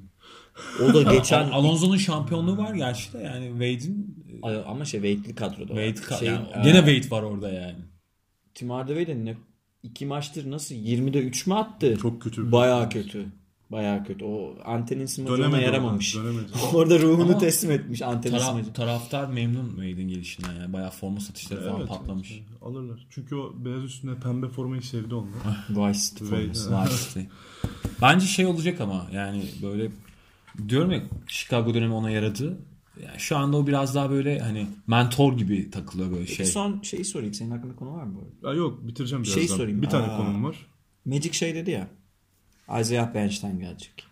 D: O da
A: [LAUGHS]
D: geçen
C: Al- Alonso'nun şampiyonluğu var gerçi de yani Wade'in e,
D: Ay- ama şey Wade'li kadroda. var.
C: Wade ka-
D: Şey,
C: yani
D: e,
C: gene Wade var orada yani.
D: Tim Hardaway de ne iki maçtır nasıl 20'de 3 mü attı?
A: Çok kötü.
D: Bayağı kötü. Bayağı kötü. O antenin smacı ona
A: Dönemedi.
D: yaramamış.
A: oradan, Dönemedi.
D: [LAUGHS] Orada ruhunu
C: Ama-
D: teslim etmiş antenin
C: Tara-
D: smacı.
C: taraftar memnun Wade'in gelişinden yani. Bayağı forma satışları falan
A: Evet,
C: patlamış.
A: evet, evet. Alırlar. Çünkü o beyaz üstüne pembe formayı sevdi
D: Ah.
A: onlar.
D: Vice
A: Wade.
D: forması.
C: Var işte. Bence şey olacak ama yani böyle diyorum ya Chicago dönemi ona yaradı. Yani şu anda o biraz daha böyle hani mentor gibi takılıyor böyle şey.
D: Son şeyi sorayım. Senin hakkında konu var mı bu arada?
A: ya yok bitireceğim
D: Şey
A: birazdan.
D: sorayım.
A: Bir tane
D: Aa.
A: konum var.
D: Magic şey dedi ya. Isaiah bench'ten gelecek.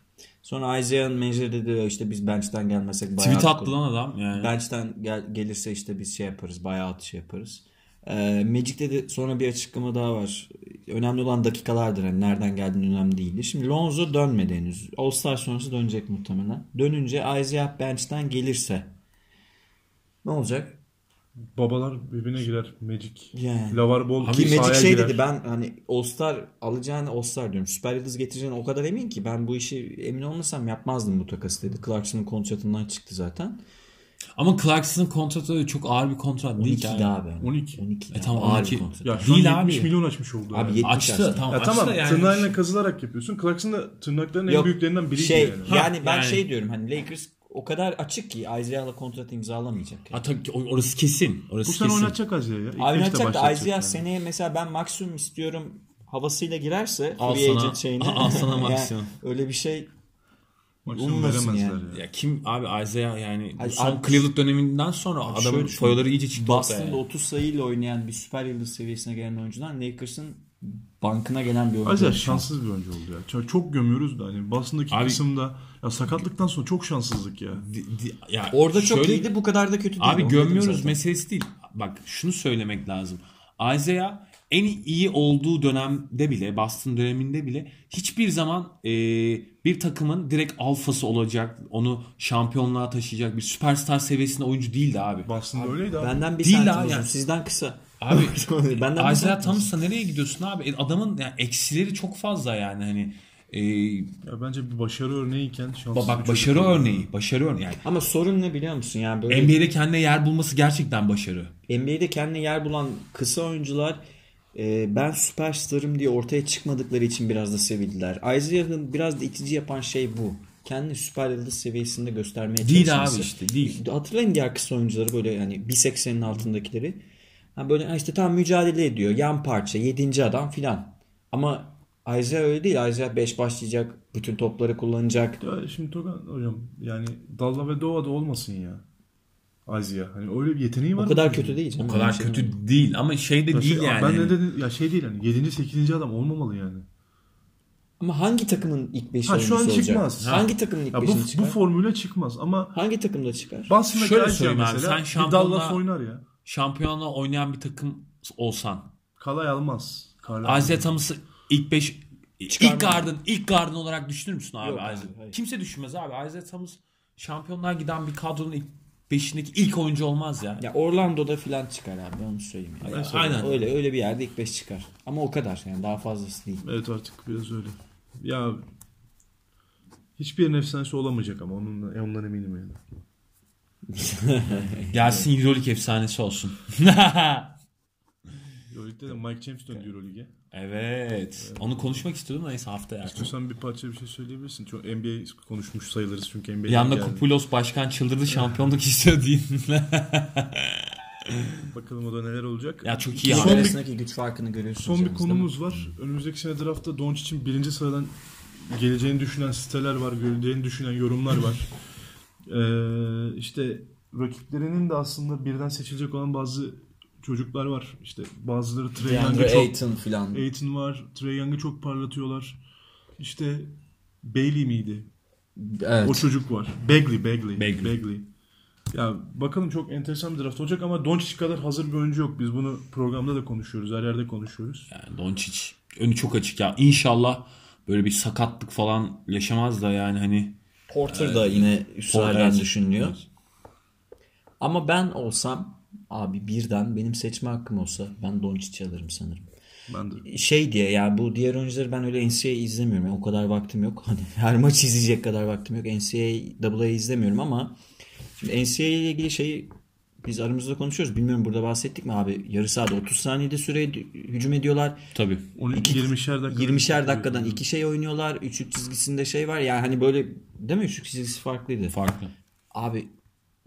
D: Sonra Isaiah'ın menajeri dedi ya işte biz bench'ten gelmesek bayağı
C: Tweet attı lan adam yani.
D: Bench'ten gel- gelirse işte biz şey yaparız. Bayağı şey yaparız. Ee, Magic dedi sonra bir açıklama daha var. Önemli olan dakikalardır. Hani nereden geldiğin önemli değil. Şimdi Lonzo dönmedi henüz. All Star sonrası dönecek muhtemelen. Dönünce Isaiah bench'ten gelirse ne olacak?
A: Babalar birbirine girer. Magic.
D: Yani.
A: Lavar bol
D: Ki Magic
A: sahaya
D: şey
A: girer.
D: dedi ben hani All Star alacağını All Star diyorum. Süper Yıldız getireceğine o kadar emin ki ben bu işi emin olmasam yapmazdım bu takası dedi. Clarkson'un kontratından çıktı zaten.
C: Ama Clarkson'ın kontratı öyle çok ağır bir kontrat değil
D: 12
C: ki. abi.
D: daha ben.
A: 12.
D: 12
C: E tamam,
D: Ağır
C: 12.
D: bir kontrat.
A: Ya şu an
C: Değil
A: 70
C: abi.
A: milyon açmış oldu.
D: Abi
A: yani.
D: yetmiş
C: Açtı
D: aslında.
C: tamam
A: Ya
C: açtı
A: tamam
C: da yani.
A: tırnağıyla kazılarak yapıyorsun. Clarkson da tırnakların en
D: Yok,
A: büyüklerinden biriydi
D: şey
A: yani.
D: yani, ben
C: yani-
D: şey diyorum hani Lakers o kadar açık ki Isaiah'la kontrat imzalamayacak. Yani.
C: Ha, tabii ki o- orası kesin. Orası
A: Bu sene
C: kesin.
A: oynatacak Azia ya. İlk
D: Abi
A: beşte
D: oynatacak da
A: başlatacak
D: Isaiah
A: yani.
D: seneye mesela ben maksimum istiyorum havasıyla girerse
C: Al
D: free
C: sana- [LAUGHS]
D: agent şeyine.
C: al sana maksimum.
D: öyle bir şey
A: Maksimum
D: Ummasın
A: veremezler
D: yani.
A: ya.
C: Ya kim abi Isaiah yani bu
D: Hayır,
C: son
D: abi-
C: Cleveland döneminden sonra adamın
D: şöyle düşün.
C: foyaları iyice çıktı ortaya.
D: Boston'da 30 sayıyla oynayan bir süper yıldız seviyesine gelen oyuncudan Lakers'ın bankına gelen bir oyuncu.
A: Acayip
D: olmuş.
A: şanssız bir oyuncu oldu ya. Çok, çok gömüyoruz da hani Boston'daki
C: Abi-
A: kısımda ya sakatlıktan sonra çok şanssızlık ya.
C: Di- di- ya
D: Orada çok
C: şöyle-
D: iyiydi bu kadar da kötü değil.
C: Abi
D: Onu dedim
C: gömmüyoruz
D: zaten.
C: meselesi değil. Bak şunu söylemek lazım. Isaiah en iyi olduğu dönemde bile Boston döneminde bile hiçbir zaman e, bir takımın direkt alfası olacak, onu şampiyonluğa taşıyacak bir süperstar seviyesinde oyuncu değildi abi.
A: Boston'da öyleydi abi.
D: Benden bir
C: Değil
D: santim
C: ha
D: uzun,
C: yani.
D: sizden kısa.
C: Abi
D: [LAUGHS] Benden bir
C: Isaiah
D: santim uzun.
C: Thomas'a nereye gidiyorsun abi? E, Adamın yani eksileri çok fazla yani hani e,
A: Ya bence bir başarı örneğiyken şanssız bir
C: bak
A: çocuk
C: başarı
A: oldu.
C: örneği, başarı örneği. Yani
D: Ama sorun ne biliyor musun? Yani böyle
C: NBA'de kendine yer bulması gerçekten başarı.
D: NBA'de kendine yer bulan kısa oyuncular e, ben süperstarım diye ortaya çıkmadıkları için biraz da sevildiler. Isaiah'ın biraz da itici yapan şey bu. Kendini süper yıldız seviyesinde göstermeye
C: Değil
D: çalışması.
C: abi
D: E,
C: işte değil.
D: Hatırlayın diğer kısa oyuncuları böyle yani 1.80'in altındakileri. Ha böyle ha işte tam mücadele ediyor. Yan parça, yedinci adam filan. Ama Isaiah öyle değil. Isaiah 5 başlayacak. Bütün topları kullanacak.
A: Ya şimdi Togan hocam yani Dalla ve Dova'da olmasın ya. Azia. Hani öyle bir yeteneği var.
D: O
A: mı
D: kadar
A: çocuğun?
D: kötü değil canım.
C: O kadar
D: Yani şey-
C: kötü değil ama şey de
A: Ya şey-
C: değil yani.
A: Ben ne dedim? Ya şey değil hani 7. 8. adam olmamalı yani.
D: Ama hangi takımın ilk 5
A: Ha,
D: oyuncusu
A: şu an
D: olacak?
A: çıkmaz. Ha.
D: Hangi takımın ilk
A: Ya bu,
D: 5'ini
A: bu
D: çıkar?
A: formüle çıkmaz ama
D: Hangi takımda çıkar?
A: Boston'daki
C: Şöyle
A: Azia
C: söyleyeyim abi,
A: mesela
C: sen
A: bir
C: şampiyonla-
A: Dallas oynar ya.
C: şampiyonla oynayan bir takım olsan.
A: Kalay almaz. Kalay
C: Isaiah Thomas'ı ilk 5
D: Çıkarmam.
C: ilk gardın ilk gardın olarak düşünür müsün abi
D: Yok abi,
C: Isaiah?
D: hayır.
C: Kimse düşünmez abi. Isaiah Thomas şampiyonlar giden bir kadronun ilk 5'indeki ilk oyuncu olmaz ya.
D: Ya Orlando'da filan çıkar abi onu söyleyeyim. yani.
C: Ya, Aynen.
D: Öyle öyle bir yerde ilk 5 çıkar. Ama o kadar yani daha fazlası değil.
A: Evet artık biraz öyle. Ya hiçbir yerin efsanesi olamayacak ama onun ondan eminim yani.
C: Gelsin Euroleague efsanesi olsun.
A: Euroleague'de de Mike James döndü Euroleague'e.
C: evet. Onu konuşmak istiyordum da neyse haftaya.
A: İstiyorsan bir parça bir şey söyleyebilirsin. Çok NBA konuşmuş sayılırız çünkü NBA'den
C: Bir anda
A: geldi.
C: Kupulos başkan çıldırdı şampiyonluk [LAUGHS] istiyor diye.
A: Bakalım o da neler olacak.
C: ya çok iyi
D: Yani.
A: Son
C: abi.
A: bir-
D: arasındaki güç farkını görüyorsunuz.
A: Son bir
D: yalnız, değil mi?
A: konumuz var. Önümüzdeki sene draftta Doncic'in birinci sıradan geleceğini düşünen siteler var, geleceğini düşünen yorumlar
D: [LAUGHS]
A: var. ee, işte rakiplerinin de aslında birden seçilecek olan bazı çocuklar var. İşte bazıları Trae Young'ı
D: DeAndre
A: çok...
D: Ayton filan.
A: Aiton var, Trae Young'ı çok parlatıyorlar. İşte Bailey miydi?
D: Evet.
A: O çocuk var. Bagley, Bagley,
C: Bagley.
A: Bagley. Ya bakalım çok enteresan bir draft olacak ama Doncic kadar hazır bir oyuncu yok. Biz bunu programda da konuşuyoruz, her yerde konuşuyoruz.
C: Yani Doncic önü çok açık ya. İnşallah böyle bir sakatlık falan yaşamaz da yani hani
D: Porter da yine üstlerden
C: Porter.
D: düşünülüyor. Ama ben olsam abi birden benim seçme hakkım olsa ben Doncic'i alırım sanırım.
A: Ben de.
D: şey diye ya bu diğer oyuncuları ben öyle NCAA izlemiyorum. Yani o kadar vaktim yok. Hani her maç izleyecek kadar vaktim yok. NCAA izlemiyorum ama şimdi NCAA ile ilgili şeyi biz aramızda konuşuyoruz. Bilmiyorum burada bahsettik mi abi? Yarı sahada 30 saniyede süre hücum ediyorlar.
C: tabii.
A: 12 20'şer dakika.
D: 20'şer dakikadan iki şey oynuyorlar. Üçlük çizgisinde şey var. Yani hani böyle değil mi? Üçlük çizgisi farklıydı.
C: Farklı.
D: Abi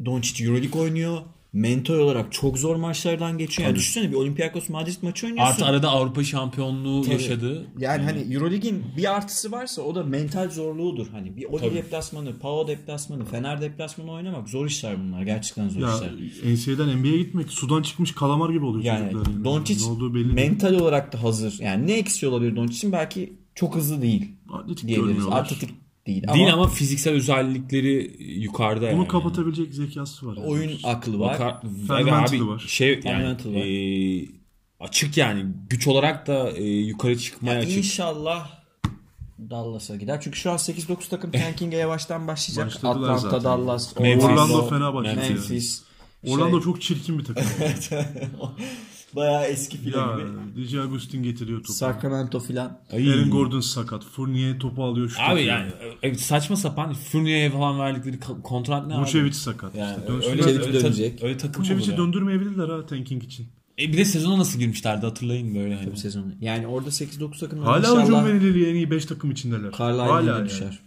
D: Doncic Euroleague oynuyor. Mentor olarak çok zor maçlardan geçiyor. Yani düşünsene bir Olympiakos Madrid maçı oynuyorsun.
C: Artı arada Avrupa şampiyonluğu
D: Tabii.
C: yaşadı.
D: Yani
A: Hmm.
D: hani Eurolig'in bir artısı varsa o da mental zorluğudur. Hani bir Oli deplasmanı, Pau deplasmanı, Fener deplasmanı oynamak zor işler bunlar. Gerçekten zor
A: Ya
D: işler.
A: NCAA'den NBA'ye gitmek sudan çıkmış kalamar gibi oluyor
D: Yani
A: çocuklar. yani.
D: Doncic
A: Ne olduğu belli değil.
D: mental olarak da hazır. Yani ne eksiği olabilir Doncic'in? Belki çok hızlı değil
A: Atletik
D: diyebiliriz.
A: görünüyorlar.
D: Atletik değil ama,
C: Değil ama fiziksel özellikleri yukarıda
A: Bunu
C: yani.
A: kapatabilecek zekası var. yani.
D: oyun aklı var.
C: Bakar,
A: Fundamental
C: ve abi
A: var.
C: şey yani
D: Fundamental var.
C: e, açık yani güç olarak da e, yukarı çıkmaya açık.
D: İnşallah Dallas'a gider. Çünkü şu an 8-9 takım tanking'e yavaştan başlayacak.
A: Başladılar
D: Atlanta,
A: zaten.
D: Dallas,
C: Memphis.
A: Orlando fena başladı ya.
D: Memphis. şey-
A: Orlando çok çirkin
D: [LAUGHS]
A: bir takım.
D: Bayağı eski filan
A: ya
D: gibi.
A: DJ Agustin getiriyor topu.
D: Sacramento filan.
C: Ay.
A: Aaron Gordon sakat. Fournier topu alıyor. Şut
C: Abi
A: atıyor.
C: yani e, saçma sapan Furniye'ye falan verdikleri ka- kontrat ne abi?
A: Vucevic sakat.
D: Yani
A: işte. Dönsün
C: Öyle,
D: Vucevic
C: öyle, ta-
D: dönecek.
C: öyle takım olur
A: Vucevic'i
C: ya.
A: döndürmeyebilirler ha tanking için.
C: E, bir de sezona nasıl girmişlerdi hatırlayın böyle hani.
D: bu sezonu. Yani orada 8-9 takım
A: Hala
D: inşallah
A: hücum verilirliği en iyi 5 takım içindeler.
D: Carlisle
A: Hala
D: yine
A: yani.
D: düşer.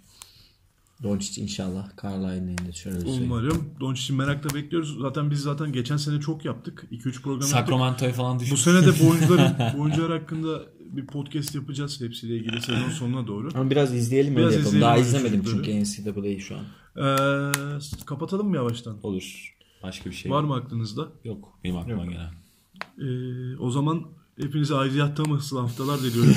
D: Doncic inşallah Carlisle'ın elinde şöyle bir şey.
A: Umarım. Doncic'i merakla bekliyoruz. Zaten biz zaten geçen sene çok yaptık. 2-3 program yaptık.
C: Sacramento'ya falan düşün.
A: Bu sene de bu oyuncuların, bu oyuncular hakkında bir podcast yapacağız hepsiyle ilgili sezon sonuna doğru.
D: Ama biraz izleyelim
A: Biraz
D: öyle yapalım.
A: izleyelim
D: Daha
A: öyle
D: izlemedim çünkü
A: çocukları.
D: NCAA'yi şu an.
A: Ee, kapatalım mı yavaştan?
C: Olur. Başka bir şey
A: Var mı aklınızda?
C: yok. Benim aklıma gelen.
A: Ee, o zaman hepinize ayrıyatta mısın haftalar diliyorum.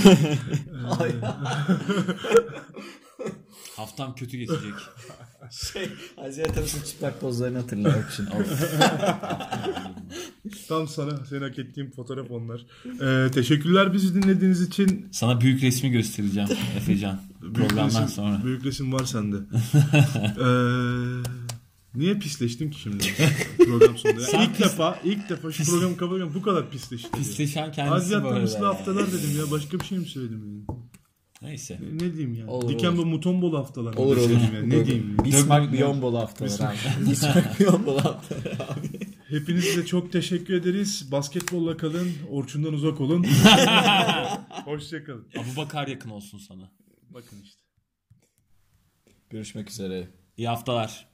C: Haftam kötü geçecek.
D: Şey, Aziz Atamız'ın çıplak pozlarını hatırlamak
A: [LAUGHS]
D: için.
A: Tam sana senin hak ettiğin fotoğraf onlar. Ee, teşekkürler bizi dinlediğiniz için.
C: Sana büyük resmi göstereceğim Efecan. Programdan
A: resim-
C: sonra.
A: Büyük resim var
C: [LAUGHS]
A: sende. ee, niye pisleştim ki şimdi program sonunda? Ya
C: Sen
A: ilk
C: pis-
A: defa ilk defa şu programı kapatırken bu kadar pisleştim. ya.
C: Pisleşen kendisi
A: Aziyat
C: bu arada.
A: Tanrısı'nda haftalar dedim ya. Başka bir şey mi söyledim? Yani?
C: Neyse.
A: Ne, ne diyeyim yani?
D: Olur,
A: Diken
D: olur.
A: ve Mutombol haftalar.
D: Olur olur.
A: Yani. Ne diyeyim yani?
D: Bismarck Biyombol haftalar abi. Bismarck Biyombol haftalar.
A: Hepinize çok teşekkür ederiz. Basketbolla kalın. Orçundan uzak
C: [LAUGHS]
A: olun. Hoşçakalın.
C: Abu Bakar yakın olsun sana.
A: Bakın işte.
D: Görüşmek üzere.
C: İyi haftalar.